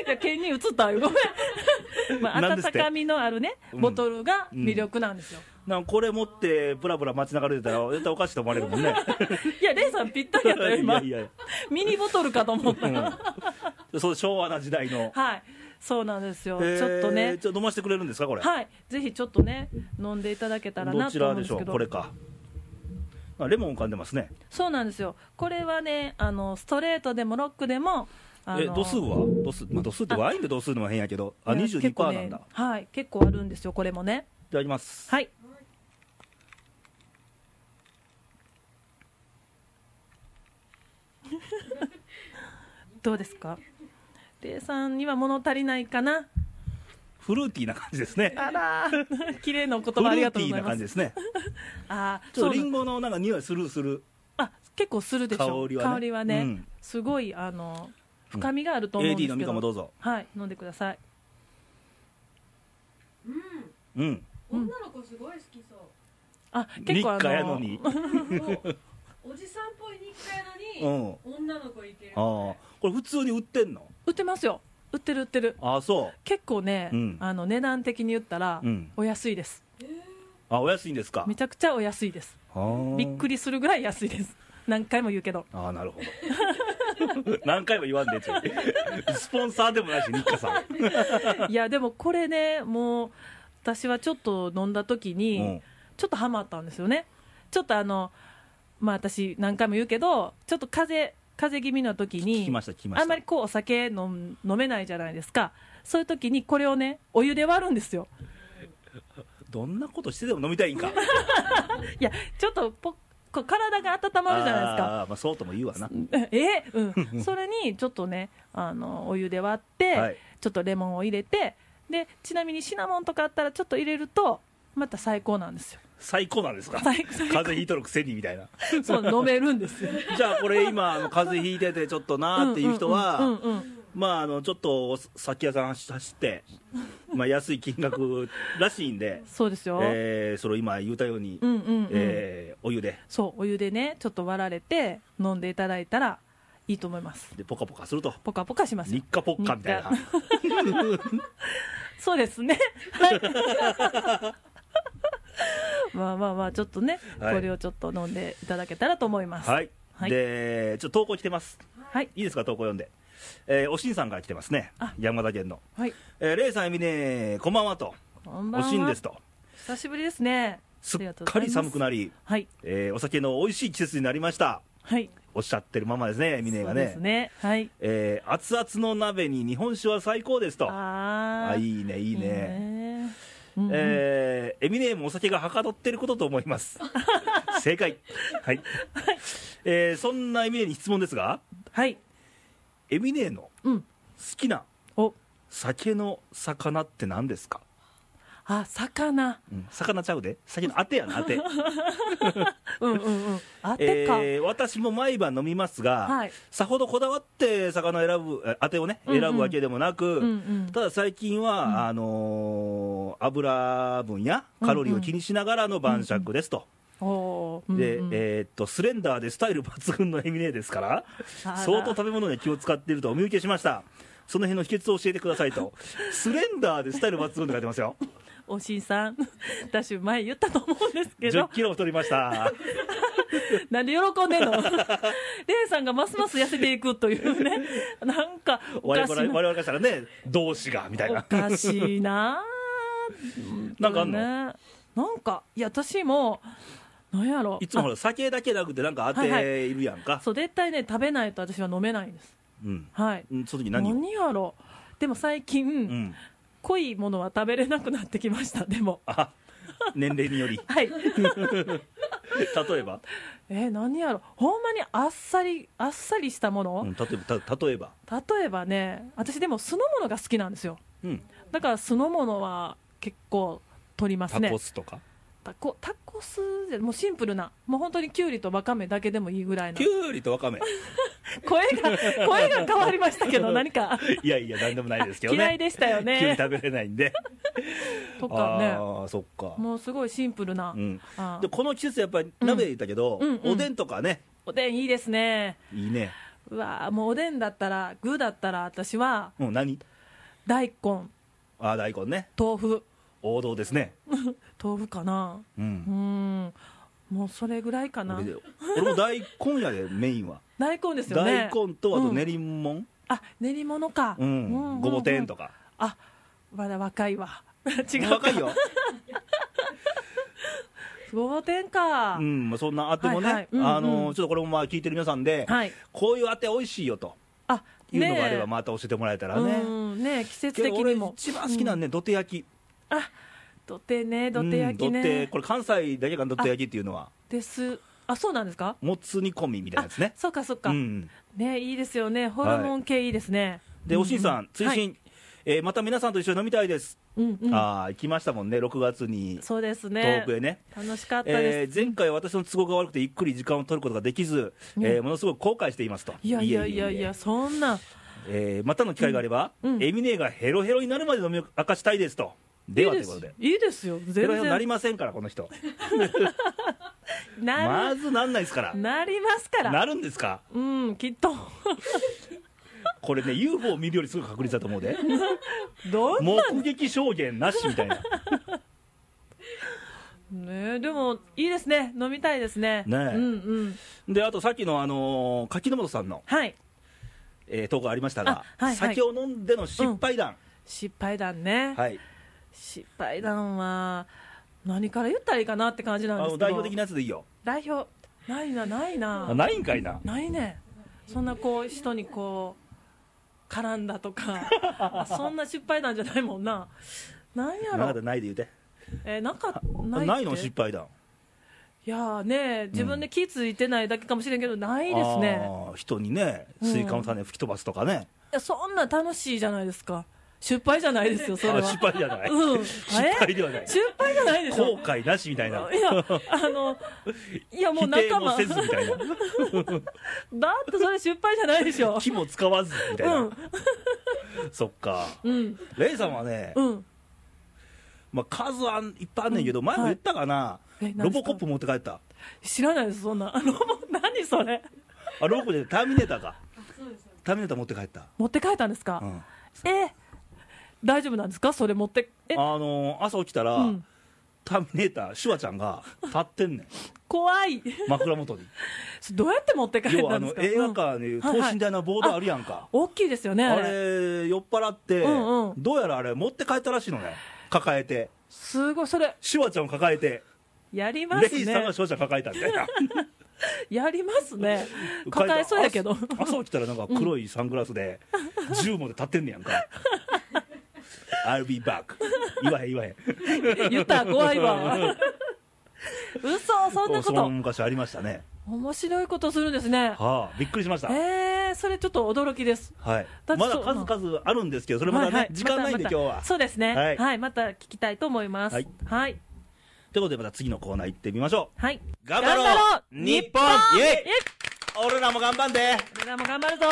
[SPEAKER 2] いや県に移ったよご めん、まあ、
[SPEAKER 1] なんですっ
[SPEAKER 2] 温
[SPEAKER 1] て
[SPEAKER 2] かみのあるね
[SPEAKER 1] うん
[SPEAKER 2] ボトルが魅力なんですよ、
[SPEAKER 1] なんかこれ持ってブラブラ街中で出たら絶対おかしいと思われるもんね
[SPEAKER 2] いやレイさんぴったりやったよ
[SPEAKER 1] い
[SPEAKER 2] 今
[SPEAKER 1] やいやいや
[SPEAKER 2] ミニボトルかと思った、
[SPEAKER 1] うん、そう昭和な時代の、
[SPEAKER 2] はいそうなんですよ、
[SPEAKER 1] えー
[SPEAKER 2] ちょっとね
[SPEAKER 1] ちょっと飲ませてくれるんですかこれ、
[SPEAKER 2] はいぜひちょっとね飲んでいただけたら
[SPEAKER 1] ど
[SPEAKER 2] な
[SPEAKER 1] ち
[SPEAKER 2] と思
[SPEAKER 1] ら
[SPEAKER 2] うん
[SPEAKER 1] で
[SPEAKER 2] で
[SPEAKER 1] し
[SPEAKER 2] す
[SPEAKER 1] ょ
[SPEAKER 2] け
[SPEAKER 1] う
[SPEAKER 2] ど
[SPEAKER 1] これかあレモン浮かんでますね
[SPEAKER 2] そうなんですよこれはねあのストレートでもロックでもあの
[SPEAKER 1] え度数は度数、まあ、度数ってワインで度数のも変やけどあ
[SPEAKER 2] いや
[SPEAKER 1] 22%
[SPEAKER 2] 結構ね
[SPEAKER 1] なんだ、い
[SPEAKER 2] はい結構あるんですよこれもね
[SPEAKER 1] ただきます、
[SPEAKER 2] はい どうですかレイさんには物足りないかな
[SPEAKER 1] フルーティーな感じですね
[SPEAKER 2] あらー 綺麗なお言
[SPEAKER 1] フル
[SPEAKER 2] 葉ありが
[SPEAKER 1] ー
[SPEAKER 2] と
[SPEAKER 1] テ
[SPEAKER 2] う
[SPEAKER 1] ィ
[SPEAKER 2] ご
[SPEAKER 1] ー
[SPEAKER 2] ざ
[SPEAKER 1] な
[SPEAKER 2] いま
[SPEAKER 1] 感
[SPEAKER 2] す
[SPEAKER 1] じですね
[SPEAKER 2] あー
[SPEAKER 1] ちょっと
[SPEAKER 2] そうな
[SPEAKER 1] リ
[SPEAKER 2] ん
[SPEAKER 1] ンゴのなんか匂いするする
[SPEAKER 2] あ結構するでしょ
[SPEAKER 1] 香りはねうん
[SPEAKER 2] すごいあの深みがあると思うんで
[SPEAKER 1] AD
[SPEAKER 2] すけど、
[SPEAKER 1] のみかもどうぞ
[SPEAKER 2] はい飲んでください
[SPEAKER 3] うん
[SPEAKER 1] うん
[SPEAKER 3] 女の子すごい好きそう
[SPEAKER 2] あ
[SPEAKER 1] 日
[SPEAKER 2] 結構あの
[SPEAKER 1] 課やのに
[SPEAKER 3] おじさんっぽい日課
[SPEAKER 1] う
[SPEAKER 3] やのに、
[SPEAKER 1] んあ
[SPEAKER 3] 女の子いける
[SPEAKER 1] あこれ普通に売ってんの
[SPEAKER 2] 売ってますよ売ってる売ってる
[SPEAKER 1] ああそ
[SPEAKER 2] 結構ね、
[SPEAKER 1] うん
[SPEAKER 2] あの値段的に言ったら、
[SPEAKER 1] うん
[SPEAKER 2] お安いです
[SPEAKER 3] え
[SPEAKER 1] うあお安いんですか
[SPEAKER 2] めちゃくちゃお安いですびっく
[SPEAKER 1] り
[SPEAKER 2] りするぐらい安いです 何回も言うけ ど
[SPEAKER 1] ああなるほど 何回も言わんでちょい スポンサーでもないし日課さん、
[SPEAKER 2] いやでもこれねもう私はちょっと飲んだ時に、
[SPEAKER 1] うん
[SPEAKER 2] ちょっとハマったんですよねちょっとあのまあ私何回も言うけどちょっと風邪風邪気味の時
[SPEAKER 1] 聞
[SPEAKER 2] に
[SPEAKER 1] きました聞きました
[SPEAKER 2] あんまりこうお酒飲ん飲めないじゃないですかそういう時にこれをねお湯で割るんですよ
[SPEAKER 1] どんなことしてでも飲みたいんか
[SPEAKER 2] いやちょっとポッこう体が温まるじゃないですか
[SPEAKER 1] ああまあそうとも言うわな
[SPEAKER 2] えうん、 それにちょっとねあのお湯で割って、
[SPEAKER 1] はい
[SPEAKER 2] ちょっとレモンを入れてでちなみにシナモンとかあったらちょっと入れるとまた最高なんです よ
[SPEAKER 1] 最高なんですか風
[SPEAKER 2] 最最高
[SPEAKER 1] 邪ひいとるくせにみたいな
[SPEAKER 2] そう飲めるんですよ
[SPEAKER 1] じゃあこれ今あの風邪ひいててちょっとなーっていう人は、
[SPEAKER 2] うんうんうんうん、
[SPEAKER 1] まああのちょっと酒屋さん走走って、まあ、安い金額らしいんで
[SPEAKER 2] そうですよ、
[SPEAKER 1] えー、それを今言ったように、
[SPEAKER 2] うんうんうん、
[SPEAKER 1] えーお湯で
[SPEAKER 2] そうお湯でねちょっと割られて飲んでいただいたらいいと思います
[SPEAKER 1] でポカポカすると
[SPEAKER 2] ポカポカします
[SPEAKER 1] 日
[SPEAKER 2] よ
[SPEAKER 1] 課ポッカみたいな
[SPEAKER 2] 日そうですねはいまあまあまあちょっとね、
[SPEAKER 1] はい
[SPEAKER 2] これをちょっと飲んでいただけたらと思いま す
[SPEAKER 1] はい、
[SPEAKER 2] はい
[SPEAKER 1] でちょっと投稿来てます
[SPEAKER 2] はい
[SPEAKER 1] いいですか投稿読んでえーおしんさんから来てますね
[SPEAKER 2] あ、
[SPEAKER 1] 山形県の。
[SPEAKER 2] はい。
[SPEAKER 1] えー、レイさん、エミネ、こんばんはと、
[SPEAKER 2] こんばん
[SPEAKER 1] お
[SPEAKER 2] は。
[SPEAKER 1] しんですと、
[SPEAKER 2] 久しぶりですね。
[SPEAKER 1] す
[SPEAKER 2] あり
[SPEAKER 1] っ
[SPEAKER 2] がとうご
[SPEAKER 1] か
[SPEAKER 2] ざ
[SPEAKER 1] り
[SPEAKER 2] います
[SPEAKER 1] 寒くなり、
[SPEAKER 2] はい。
[SPEAKER 1] えーお酒の美味しい季節になりました、
[SPEAKER 2] はい。
[SPEAKER 1] おっしゃってるままですね、エミネが
[SPEAKER 2] そうで
[SPEAKER 1] ね
[SPEAKER 2] す。ね。はい。
[SPEAKER 1] えー熱々の鍋に日本酒は最高ですと、あ
[SPEAKER 2] ああ。い
[SPEAKER 1] いいね、いいね、
[SPEAKER 2] ね。うんうん
[SPEAKER 1] えーエミネもお酒がはかどってることと思い ます、正解、はいえーそんなエミネに質問ですが、
[SPEAKER 2] はい。
[SPEAKER 1] エミネの好
[SPEAKER 2] うん。
[SPEAKER 1] きな
[SPEAKER 2] お。
[SPEAKER 1] 酒の魚って何ですか、
[SPEAKER 2] あ、魚。
[SPEAKER 1] うん魚ちゃうで、酒のあてやな、あ て。
[SPEAKER 2] うんうんうん。あてか。
[SPEAKER 1] えー私も毎晩飲みますが、
[SPEAKER 2] はい
[SPEAKER 1] さほどこだわって魚を選ぶえ当てをね
[SPEAKER 2] うんうん
[SPEAKER 1] 選ぶわけでもなく、
[SPEAKER 2] うんうん。
[SPEAKER 1] ただ最近は、あのー油分やカロリーを気にしながらの晩酌ですと、
[SPEAKER 2] おーうん
[SPEAKER 1] で、
[SPEAKER 2] うん
[SPEAKER 1] えーっとスレンダーでスタイル抜群のエミネーですから
[SPEAKER 2] あら
[SPEAKER 1] 相当食べ物には気を使っているとお見受けしましたその辺の秘訣を教えてください とスレンダーでスタイル抜群って書いてますよ
[SPEAKER 2] おしんさん、 私、前言ったと思うんですけ
[SPEAKER 1] 1 0
[SPEAKER 2] ど、
[SPEAKER 1] キロ太りま した
[SPEAKER 2] なんで喜んでんの、 レイさんがますます痩せていくというね、 なんかお
[SPEAKER 1] 我
[SPEAKER 2] か
[SPEAKER 1] 々我
[SPEAKER 2] しい
[SPEAKER 1] 々
[SPEAKER 2] な、
[SPEAKER 1] からしたらね同志がみたい
[SPEAKER 2] お
[SPEAKER 1] な
[SPEAKER 2] かしいな、
[SPEAKER 1] なんかあんの、
[SPEAKER 2] ねなんか、いや、私も、なんやろ、
[SPEAKER 1] いつもほ
[SPEAKER 2] あ
[SPEAKER 1] ら酒だけなくてなんか当
[SPEAKER 2] はい
[SPEAKER 1] ているやんか、
[SPEAKER 2] そう、絶対ね、食べないと私は飲めないんです、
[SPEAKER 1] うん
[SPEAKER 2] はい、
[SPEAKER 1] うんその時何を
[SPEAKER 2] やろ、でも最近、
[SPEAKER 1] うん
[SPEAKER 2] 濃いものは食べれなくなってきました、で も。
[SPEAKER 1] あ年齢によ り
[SPEAKER 2] はい
[SPEAKER 1] 例えば、
[SPEAKER 2] えー、何やろほんまにあっさりあっさりしたもの、
[SPEAKER 1] うん、例えばた例えば
[SPEAKER 2] 例えばね私でも酢の物が好きなんですよ
[SPEAKER 1] うん
[SPEAKER 2] だから酢の物は結構取ります
[SPEAKER 1] タ
[SPEAKER 2] ね
[SPEAKER 1] コスとか
[SPEAKER 2] タコタコスじゃもうシンプルなもう本当にきゅうりとわかめだけでもいいぐらいの
[SPEAKER 1] きゅうりとわかめ
[SPEAKER 2] 声 が声が変わりましたけど何か
[SPEAKER 1] いやいや何でもないですけどね
[SPEAKER 2] 嫌いでしたよ
[SPEAKER 1] きゅうり
[SPEAKER 2] ね
[SPEAKER 1] 食べれないんで
[SPEAKER 2] とかね
[SPEAKER 1] ああそっか
[SPEAKER 2] もうすごいシンプルな、
[SPEAKER 1] うん
[SPEAKER 2] あー
[SPEAKER 1] でこの季節やっぱり鍋で言ったけど、
[SPEAKER 2] うんうんうん
[SPEAKER 1] おでんとかね
[SPEAKER 2] おでんいいですね
[SPEAKER 1] いいね
[SPEAKER 2] うわーもうおでんだったら具だったら私は
[SPEAKER 1] うん何
[SPEAKER 2] 大根
[SPEAKER 1] ああ大根ね
[SPEAKER 2] 豆腐
[SPEAKER 1] 王道ですね
[SPEAKER 2] 豆腐かな
[SPEAKER 1] う
[SPEAKER 2] うんんもうそれぐらいかな
[SPEAKER 1] 俺で俺も大根やでメインは、
[SPEAKER 2] 大根ですよ
[SPEAKER 1] 大
[SPEAKER 2] ね
[SPEAKER 1] 根とあと
[SPEAKER 2] うん
[SPEAKER 1] 練りもん、
[SPEAKER 2] あ練り物か
[SPEAKER 1] うんごぼ天と
[SPEAKER 2] か
[SPEAKER 1] か
[SPEAKER 2] あまだ若いわ 違う
[SPEAKER 1] 若いよ
[SPEAKER 2] ごぼ天か、
[SPEAKER 1] うん、まあそんなあてもね、
[SPEAKER 2] はいはいうんうん
[SPEAKER 1] あのちょっとこれもまあ聞いてる皆さんで、
[SPEAKER 2] はい
[SPEAKER 1] こういうあて美味しいよと
[SPEAKER 2] あ
[SPEAKER 1] いうの
[SPEAKER 2] ね
[SPEAKER 1] があ
[SPEAKER 2] え
[SPEAKER 1] ればまた教えてもらえたらね。
[SPEAKER 2] うんねえ季節
[SPEAKER 1] けど
[SPEAKER 2] 的
[SPEAKER 1] 俺
[SPEAKER 2] にも
[SPEAKER 1] 一番好きなの
[SPEAKER 2] うん
[SPEAKER 1] ね、土手焼き。
[SPEAKER 2] あ土手ね土手焼き
[SPEAKER 1] うん土手
[SPEAKER 2] ね、
[SPEAKER 1] これ関西だけが土手焼きっていうのは、
[SPEAKER 2] ですあそうなんですか
[SPEAKER 1] もつ煮込みみたいなやつね
[SPEAKER 2] あ。そうかそうか、
[SPEAKER 1] うん。
[SPEAKER 2] ねいいですよねホルモン系いいですね、
[SPEAKER 1] で、おしんさ、
[SPEAKER 2] うん
[SPEAKER 1] 追伸、えーまた皆さんと一緒に飲みたいです。
[SPEAKER 2] うんうん
[SPEAKER 1] ああ、行きましたもんね、6月に、
[SPEAKER 2] そうですね
[SPEAKER 1] 東北へね。
[SPEAKER 2] 楽しかったです、
[SPEAKER 1] えー前回私の都合が悪くてゆっくり時間を取ることができず、
[SPEAKER 2] うん
[SPEAKER 1] えーものすごく後悔していますと
[SPEAKER 2] いやいやいや
[SPEAKER 1] え
[SPEAKER 2] い
[SPEAKER 1] え
[SPEAKER 2] や、そんな、
[SPEAKER 1] えーまたの機会があれば、
[SPEAKER 2] うんうん
[SPEAKER 1] エミネがヘロヘロになるまで飲み明かしたいですと。
[SPEAKER 2] い
[SPEAKER 1] で
[SPEAKER 2] い
[SPEAKER 1] はとい
[SPEAKER 2] で
[SPEAKER 1] うことで。
[SPEAKER 2] すいいですよ、全
[SPEAKER 1] ヘロヘロ
[SPEAKER 2] 然
[SPEAKER 1] になりませんから、この人。
[SPEAKER 2] な
[SPEAKER 1] ま
[SPEAKER 2] り
[SPEAKER 1] ずなんないですから。
[SPEAKER 2] なりますから、
[SPEAKER 1] なるんですか
[SPEAKER 2] うん、きっと、
[SPEAKER 1] これね、UFO を見るよりすごい確率だと思う で。
[SPEAKER 2] どん
[SPEAKER 1] 目撃証言なしみたいな。
[SPEAKER 2] ねえでも、いいですね、飲みたいですね、
[SPEAKER 1] ねえ
[SPEAKER 2] うんうん、
[SPEAKER 1] で、あとさっきの、あのー柿本さんの、
[SPEAKER 2] はい、
[SPEAKER 1] えー投稿ありましたが、
[SPEAKER 2] あはいはい
[SPEAKER 1] 酒を飲んでの失敗談。
[SPEAKER 2] 失敗談ね、
[SPEAKER 1] はい。
[SPEAKER 2] 失敗談は、何から言ったらいいかなって感じ
[SPEAKER 1] あ
[SPEAKER 2] なんです
[SPEAKER 1] の
[SPEAKER 2] けど、
[SPEAKER 1] 代表的なやつでいいよ。
[SPEAKER 2] 代表ないな、ない
[SPEAKER 1] あ
[SPEAKER 2] な、
[SPEAKER 1] ないんかいな。
[SPEAKER 2] ないね、そんなこう、人にこう、絡んだ とか、そんな失敗談じゃないもんな、なんや
[SPEAKER 1] な
[SPEAKER 2] ろ
[SPEAKER 1] んか。ないで言うて。
[SPEAKER 2] えーなんかないって
[SPEAKER 1] ないの失敗談。
[SPEAKER 2] いやーね自分で気付いてないだけかもしれんけど、ないですね
[SPEAKER 1] あー人にね、スイカの種吹き飛ばすとかね。
[SPEAKER 2] いやそんな楽しいじゃないですか失敗じゃないですよそ
[SPEAKER 1] あ
[SPEAKER 2] れは
[SPEAKER 1] 失敗じゃない。
[SPEAKER 2] うん
[SPEAKER 1] 失敗ではない
[SPEAKER 2] 失敗じゃないでし
[SPEAKER 1] 後
[SPEAKER 2] ょ
[SPEAKER 1] 悔なしみたいな。
[SPEAKER 2] いやあのいやもう
[SPEAKER 1] 否定
[SPEAKER 2] 仲
[SPEAKER 1] も
[SPEAKER 2] 間
[SPEAKER 1] せずみたいな。
[SPEAKER 2] だってそれ失敗じゃないでしょ
[SPEAKER 1] 木も使わずみたいな、
[SPEAKER 2] うん
[SPEAKER 1] そっか
[SPEAKER 2] うん
[SPEAKER 1] レイさんはね、
[SPEAKER 2] うん
[SPEAKER 1] まあ、数あんいっぱいあんねんけど、
[SPEAKER 2] うん
[SPEAKER 1] 前も言ったかな、
[SPEAKER 2] いえ何ですか
[SPEAKER 1] ロボコップ持って帰った
[SPEAKER 2] 知らないですそんなあのもう何それ
[SPEAKER 1] あロボコップじゃないターミネーターか
[SPEAKER 3] あそうですよね
[SPEAKER 1] ターミネーター持って帰った、
[SPEAKER 2] 持って帰ったんですか、
[SPEAKER 1] うん、あ
[SPEAKER 2] え大丈夫なんですかそれ持ってえ
[SPEAKER 1] のー朝起きたら、
[SPEAKER 2] うん
[SPEAKER 1] ターミネーターシュワちゃんが立ってんねん
[SPEAKER 2] 怖い
[SPEAKER 1] 枕元に
[SPEAKER 2] それどうやって持って帰っ
[SPEAKER 1] 要は
[SPEAKER 2] た
[SPEAKER 1] あ
[SPEAKER 2] んで
[SPEAKER 1] の
[SPEAKER 2] すか
[SPEAKER 1] 映画
[SPEAKER 2] うん
[SPEAKER 1] 館に
[SPEAKER 2] はいはい
[SPEAKER 1] 等身大のボードあるやんか、
[SPEAKER 2] 大きいですよね
[SPEAKER 1] あれ酔っ払って、
[SPEAKER 2] うんうん
[SPEAKER 1] どうやらあれ持って帰ったらしいのね抱えて
[SPEAKER 2] すごいそれ
[SPEAKER 1] シュワちゃんを抱えて、
[SPEAKER 2] やりま
[SPEAKER 1] レ
[SPEAKER 2] す
[SPEAKER 1] イさん
[SPEAKER 2] ね
[SPEAKER 1] がシュワちゃん抱えたみたいな
[SPEAKER 2] やりますね 抱えそうやけど
[SPEAKER 1] 朝朝起きたらなんか黒いサングラスで銃まで立ってんねやん か I'll be back 言わへん言わへん
[SPEAKER 2] 言ったら怖いわ 嘘そんなこ
[SPEAKER 1] の
[SPEAKER 2] と
[SPEAKER 1] 昔ありましたね
[SPEAKER 2] 面白いことするんですね
[SPEAKER 1] はあびっくりしました
[SPEAKER 2] えー、それちょっと驚きです
[SPEAKER 1] はい、
[SPEAKER 2] だって
[SPEAKER 1] まだ
[SPEAKER 2] そううん
[SPEAKER 1] 数々あるんですけど、それまだね、
[SPEAKER 2] はいはい
[SPEAKER 1] 時間ないんで、今
[SPEAKER 2] また
[SPEAKER 1] 日
[SPEAKER 2] また
[SPEAKER 1] は。
[SPEAKER 2] そうですねは、
[SPEAKER 1] はいい
[SPEAKER 2] また聞きたいと思いますは
[SPEAKER 1] はいい
[SPEAKER 2] はい、
[SPEAKER 1] ということで、また次のコーナー行ってみましょう。頑
[SPEAKER 2] 張ろう
[SPEAKER 1] 日本イ
[SPEAKER 2] え
[SPEAKER 1] エイ俺らも頑張んで
[SPEAKER 2] 俺らも頑張るぞ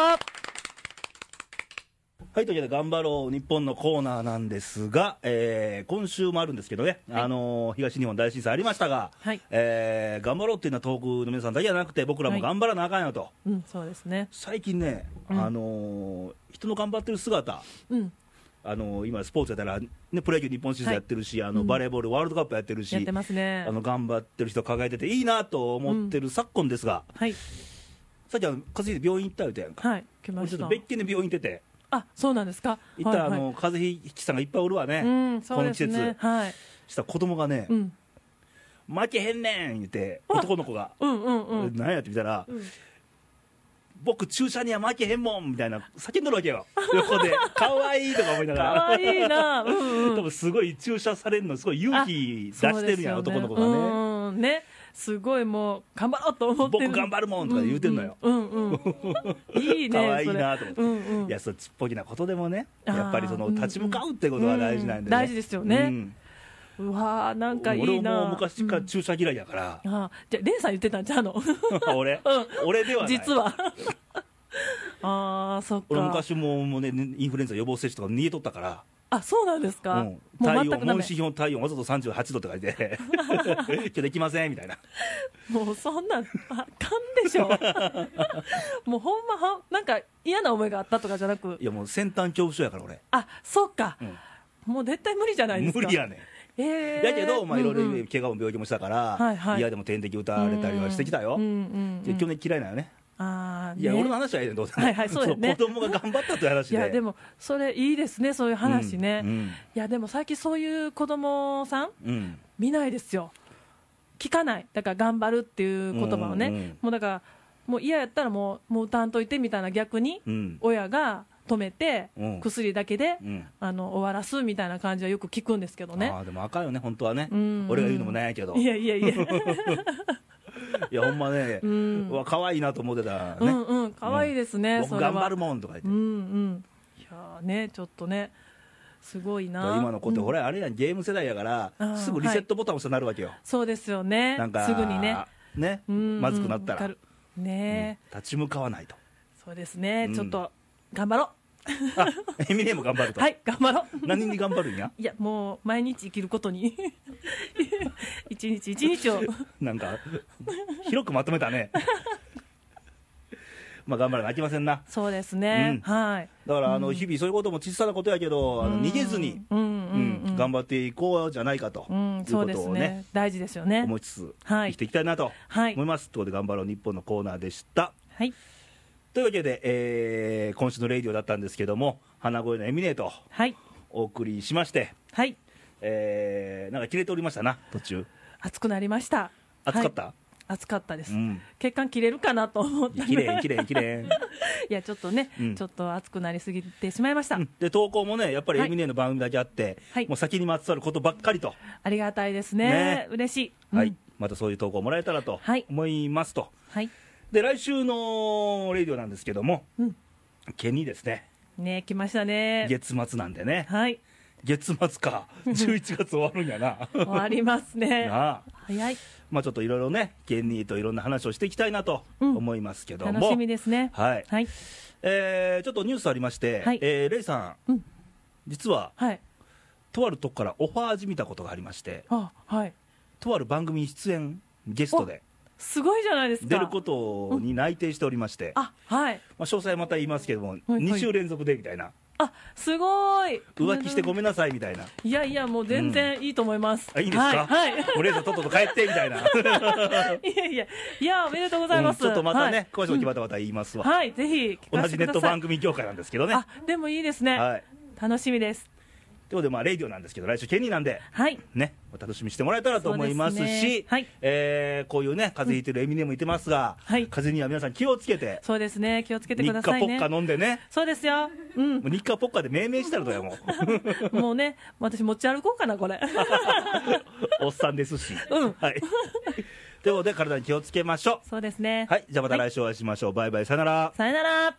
[SPEAKER 1] はい、というわけで、頑張ろう日本のコーナーなんですが、えー今週もあるんですけどね、
[SPEAKER 2] はい
[SPEAKER 1] あのー東日本大震災ありましたが、
[SPEAKER 2] はい
[SPEAKER 1] えー頑張ろうっていうのは東北の皆さんだけじゃなくて、僕らも頑張らなあかんよと。
[SPEAKER 2] うんそうですね
[SPEAKER 1] 最近ね、
[SPEAKER 2] うん
[SPEAKER 1] あのー人の頑張ってる姿、
[SPEAKER 2] うん
[SPEAKER 1] あのー今、スポーツやったら、ね、プロ野球日本シリーズやってるし、あの
[SPEAKER 2] うん
[SPEAKER 1] バレーボールワールドカップやってるし、
[SPEAKER 2] やってますね
[SPEAKER 1] あの頑張ってる人抱えてていいなと思ってる昨今ですが、
[SPEAKER 2] はい
[SPEAKER 1] さっきあの風邪ひいて病院行ったみたいやんか、
[SPEAKER 2] はい来ま
[SPEAKER 1] 俺ちょ
[SPEAKER 2] し
[SPEAKER 1] っと
[SPEAKER 2] た
[SPEAKER 1] 別件で病院行ってて、
[SPEAKER 2] あそうなんですか
[SPEAKER 1] 行ったらあ
[SPEAKER 2] はい
[SPEAKER 1] の、
[SPEAKER 2] はい
[SPEAKER 1] 風邪ひきさんがいっぱいおるわね、
[SPEAKER 2] うんそ
[SPEAKER 1] こ
[SPEAKER 2] う
[SPEAKER 1] の
[SPEAKER 2] で
[SPEAKER 1] 季
[SPEAKER 2] す
[SPEAKER 1] 節、
[SPEAKER 2] ねはい
[SPEAKER 1] したら子供がね、
[SPEAKER 2] うん
[SPEAKER 1] 負けへんねん言って、
[SPEAKER 2] わ
[SPEAKER 1] 男の子が、
[SPEAKER 2] うんうん うん
[SPEAKER 1] なんやって見たら、
[SPEAKER 2] うん
[SPEAKER 1] 僕、注射には負けへんもんみたいな、叫んどるわけ よ、横で、かわいいとか思いな
[SPEAKER 2] か
[SPEAKER 1] がら。
[SPEAKER 2] わいいなうんうん
[SPEAKER 1] 多分すごい注射されるのすごい勇気出してるやん、
[SPEAKER 2] そうですよね
[SPEAKER 1] 男の子がね、
[SPEAKER 2] うんねすごいもう頑張ろうと思ってる
[SPEAKER 1] 僕頑張るもんとか言うてんのよ、
[SPEAKER 2] うんうんうんいいね
[SPEAKER 1] 可愛い
[SPEAKER 2] それ
[SPEAKER 1] なと思って
[SPEAKER 2] うんうん
[SPEAKER 1] いやそうちっぽけなことでもね
[SPEAKER 2] あー
[SPEAKER 1] やっぱりその立ち向かうってことが大事なんで、ね
[SPEAKER 2] うん大事ですよね
[SPEAKER 1] うん
[SPEAKER 2] うわーなんかい
[SPEAKER 1] 俺
[SPEAKER 2] いな
[SPEAKER 1] も昔から注射嫌いだから
[SPEAKER 2] う、んあーじゃあレンさん言ってたんちゃうの
[SPEAKER 1] 俺、俺ではない
[SPEAKER 2] 実は ああそっか
[SPEAKER 1] 俺昔ももうねインフルエンザ予防接種とか逃げとったから
[SPEAKER 2] あそうなんですか、
[SPEAKER 1] うん
[SPEAKER 2] もう
[SPEAKER 1] 体温
[SPEAKER 2] 全
[SPEAKER 1] も
[SPEAKER 2] くダ
[SPEAKER 1] う
[SPEAKER 2] メ
[SPEAKER 1] 指標の体温わざと38度って書い て今日できませんみたいな
[SPEAKER 2] もうそんなんあかんで しょもうほんまはなんか嫌な思いがあったとかじゃなく
[SPEAKER 1] いやもう先端恐怖症やから俺、
[SPEAKER 2] あそっか、
[SPEAKER 1] うん
[SPEAKER 2] もう絶対無理じゃないですか
[SPEAKER 1] 無理やねん
[SPEAKER 2] えー
[SPEAKER 1] だけど、まあ、いろいろ
[SPEAKER 2] うんうん
[SPEAKER 1] 怪我も病気もしたから、
[SPEAKER 2] はいはい
[SPEAKER 1] やでも点滴打たれたりはしてきたよ、
[SPEAKER 2] うんうんうん
[SPEAKER 1] で去年嫌いなのね
[SPEAKER 2] あー
[SPEAKER 1] いや、
[SPEAKER 2] ね
[SPEAKER 1] 俺の話はええねんどうせ、
[SPEAKER 2] はいはいそうやね
[SPEAKER 1] 子供が頑張ったという話
[SPEAKER 2] い
[SPEAKER 1] で
[SPEAKER 2] やでもそれいいですねそういう話ね、
[SPEAKER 1] うんうん
[SPEAKER 2] いやでも最近そういう子供さん
[SPEAKER 1] うん
[SPEAKER 2] 見ないですよ聞かないだから頑張るっていう言葉をね、
[SPEAKER 1] うんうん
[SPEAKER 2] もうだからもう嫌やったらもうもう歌わんといてみたいな逆に
[SPEAKER 1] うん
[SPEAKER 2] 親が止めて
[SPEAKER 1] うん
[SPEAKER 2] 薬だけで、
[SPEAKER 1] うん
[SPEAKER 2] あの終わらすみたいな感じはよく聞くんですけどね
[SPEAKER 1] ああでもあかんよね本当はね、
[SPEAKER 2] うん
[SPEAKER 1] 俺が言うのもなんやけど
[SPEAKER 2] い
[SPEAKER 1] いや
[SPEAKER 2] やいやい や、
[SPEAKER 1] ほんまね、
[SPEAKER 2] う
[SPEAKER 1] うんわ可愛いなと思ってたね、
[SPEAKER 2] うんうん可愛いですね、そ
[SPEAKER 1] 僕
[SPEAKER 2] れは
[SPEAKER 1] 頑張るもんとか言って、
[SPEAKER 2] うんうんいやーねちょっとねすごい
[SPEAKER 1] だか
[SPEAKER 2] な
[SPEAKER 1] ら今の子って、
[SPEAKER 2] うん
[SPEAKER 1] 俺あれやんゲーム世代やから
[SPEAKER 2] あー
[SPEAKER 1] すぐリセットボタン押したらなるわけよ、
[SPEAKER 2] そうですよね
[SPEAKER 1] なんか
[SPEAKER 2] すぐにね
[SPEAKER 1] ね
[SPEAKER 2] うん
[SPEAKER 1] まずくなった
[SPEAKER 2] わからる、ね
[SPEAKER 1] うん立ち向かわないと
[SPEAKER 2] そうですね、
[SPEAKER 1] うん
[SPEAKER 2] ちょっと頑張ろ
[SPEAKER 1] あエミネも頑張る
[SPEAKER 2] う
[SPEAKER 1] と、
[SPEAKER 2] はい頑張ろう
[SPEAKER 1] 何に頑張るんや
[SPEAKER 2] いやもう毎日生きることに 一日一日を
[SPEAKER 1] なんか広くまとめたね まあ頑張らなきませんな
[SPEAKER 2] そうですね、
[SPEAKER 1] う
[SPEAKER 2] はい
[SPEAKER 1] だからあの日々そういうことも小さなことやけど、あの逃げずに、
[SPEAKER 2] うん
[SPEAKER 1] うん
[SPEAKER 2] うんうん
[SPEAKER 1] 頑張っていこうじゃないかと、
[SPEAKER 2] うん
[SPEAKER 1] い
[SPEAKER 2] そうう
[SPEAKER 1] こ
[SPEAKER 2] で
[SPEAKER 1] と
[SPEAKER 2] す
[SPEAKER 1] を
[SPEAKER 2] ね
[SPEAKER 1] ね
[SPEAKER 2] 大事ですよね
[SPEAKER 1] 思いつつ
[SPEAKER 2] はい
[SPEAKER 1] 生きていきたいなと
[SPEAKER 2] は
[SPEAKER 1] 思
[SPEAKER 2] い
[SPEAKER 1] います、ということで「頑張ろう日本」のコーナーでした
[SPEAKER 2] はい
[SPEAKER 1] というわけで、えー今週の「レイディオ」だったんですけども花声のエミネート
[SPEAKER 2] はい
[SPEAKER 1] お送りしまして、
[SPEAKER 2] はい
[SPEAKER 1] えーなんか切れておりましたな途中
[SPEAKER 2] 暑くなりました
[SPEAKER 1] 暑かった、
[SPEAKER 2] はい暑かったです、
[SPEAKER 1] うん
[SPEAKER 2] 血管切れるかなと思った
[SPEAKER 1] 綺麗綺麗綺麗
[SPEAKER 2] いやちょっとね、
[SPEAKER 1] うん
[SPEAKER 2] ちょっと暑くなりすぎてしまいました、
[SPEAKER 1] で投稿もねやっぱりエミネの番組だけあって、
[SPEAKER 2] はい
[SPEAKER 1] もう先にまつわることばっかりと、
[SPEAKER 2] ありがたいですね
[SPEAKER 1] ね
[SPEAKER 2] 嬉しい、うん
[SPEAKER 1] はい、またそういう投稿もらえたらと
[SPEAKER 2] はい
[SPEAKER 1] 思いますと、
[SPEAKER 2] はい
[SPEAKER 1] で来週のレイディオなんですけども、
[SPEAKER 2] うん
[SPEAKER 1] ケニーですね
[SPEAKER 2] ね来ましたね
[SPEAKER 1] 月末なんでね
[SPEAKER 2] はい
[SPEAKER 1] 月末 か11月終わるんやな
[SPEAKER 2] 終わりますね
[SPEAKER 1] なあ
[SPEAKER 2] 早い
[SPEAKER 1] まあちょっといろいろねケニーといろんな話をしていきたいなと
[SPEAKER 2] うん
[SPEAKER 1] 思いますけども、
[SPEAKER 2] 楽しみですね
[SPEAKER 1] はい
[SPEAKER 2] はい
[SPEAKER 1] えーちょっとニュースありまして、
[SPEAKER 2] はい
[SPEAKER 1] えーレイさん、
[SPEAKER 2] うん
[SPEAKER 1] 実は
[SPEAKER 2] はい
[SPEAKER 1] とあるとこからオファーじみたことがありまして
[SPEAKER 2] あはい
[SPEAKER 1] とある番組に出演ゲストで
[SPEAKER 2] すごいじゃないですか
[SPEAKER 1] 出ることに内定しておりまして、
[SPEAKER 2] あはい
[SPEAKER 1] まあ、詳細また言いますけども、
[SPEAKER 2] はい
[SPEAKER 1] 2週連続でみたいな、
[SPEAKER 2] あすごい
[SPEAKER 1] 浮気してごめんなさいみた いな。
[SPEAKER 2] いやいやもう全然いいと思います、
[SPEAKER 1] あいいですか、
[SPEAKER 2] はい、はい
[SPEAKER 1] お姉さん、とっとと帰ってみたいな、
[SPEAKER 2] いやいや、いや、おめでとうござい
[SPEAKER 1] うん
[SPEAKER 2] ます。
[SPEAKER 1] ちょっとまたね、
[SPEAKER 2] は
[SPEAKER 1] 詳
[SPEAKER 2] い、
[SPEAKER 1] しくまたまた言いますわ、
[SPEAKER 2] はい、ぜひ聞
[SPEAKER 1] 同
[SPEAKER 2] かせ
[SPEAKER 1] じ
[SPEAKER 2] て
[SPEAKER 1] ネ
[SPEAKER 2] く
[SPEAKER 1] ット
[SPEAKER 2] ださい。
[SPEAKER 1] 番組業界なんですけどね、
[SPEAKER 2] あ、でもいいですね。
[SPEAKER 1] はい、
[SPEAKER 2] 楽しみです。
[SPEAKER 1] ということで、まあ、レイディオなんですけど、来週、ケニーなんで、
[SPEAKER 2] はい、
[SPEAKER 1] ね、お楽しみにしてもらえたらと思います
[SPEAKER 2] そうです
[SPEAKER 1] し
[SPEAKER 2] ね、はい
[SPEAKER 1] えーこういうね、風邪ひいてるエミネもいてますが、
[SPEAKER 2] はい
[SPEAKER 1] 風邪には皆さん気をつけて、
[SPEAKER 2] そうですね。気をつけて
[SPEAKER 1] 日
[SPEAKER 2] く
[SPEAKER 1] 課ポ
[SPEAKER 2] ださいね
[SPEAKER 1] ッカ。飲んでね、
[SPEAKER 2] そうですよ。うん
[SPEAKER 1] も、う日課ポッカで命名したらどうやも
[SPEAKER 2] もうね、私持ち歩こうかな、これ。
[SPEAKER 1] う、おっさんですし。
[SPEAKER 2] うん
[SPEAKER 1] はい、 ということで、体に気をつけましょ
[SPEAKER 2] そうですね。
[SPEAKER 1] う。はい、じゃあまた来週お会いしましょう。バイバイ、さよなら。
[SPEAKER 2] さよなら。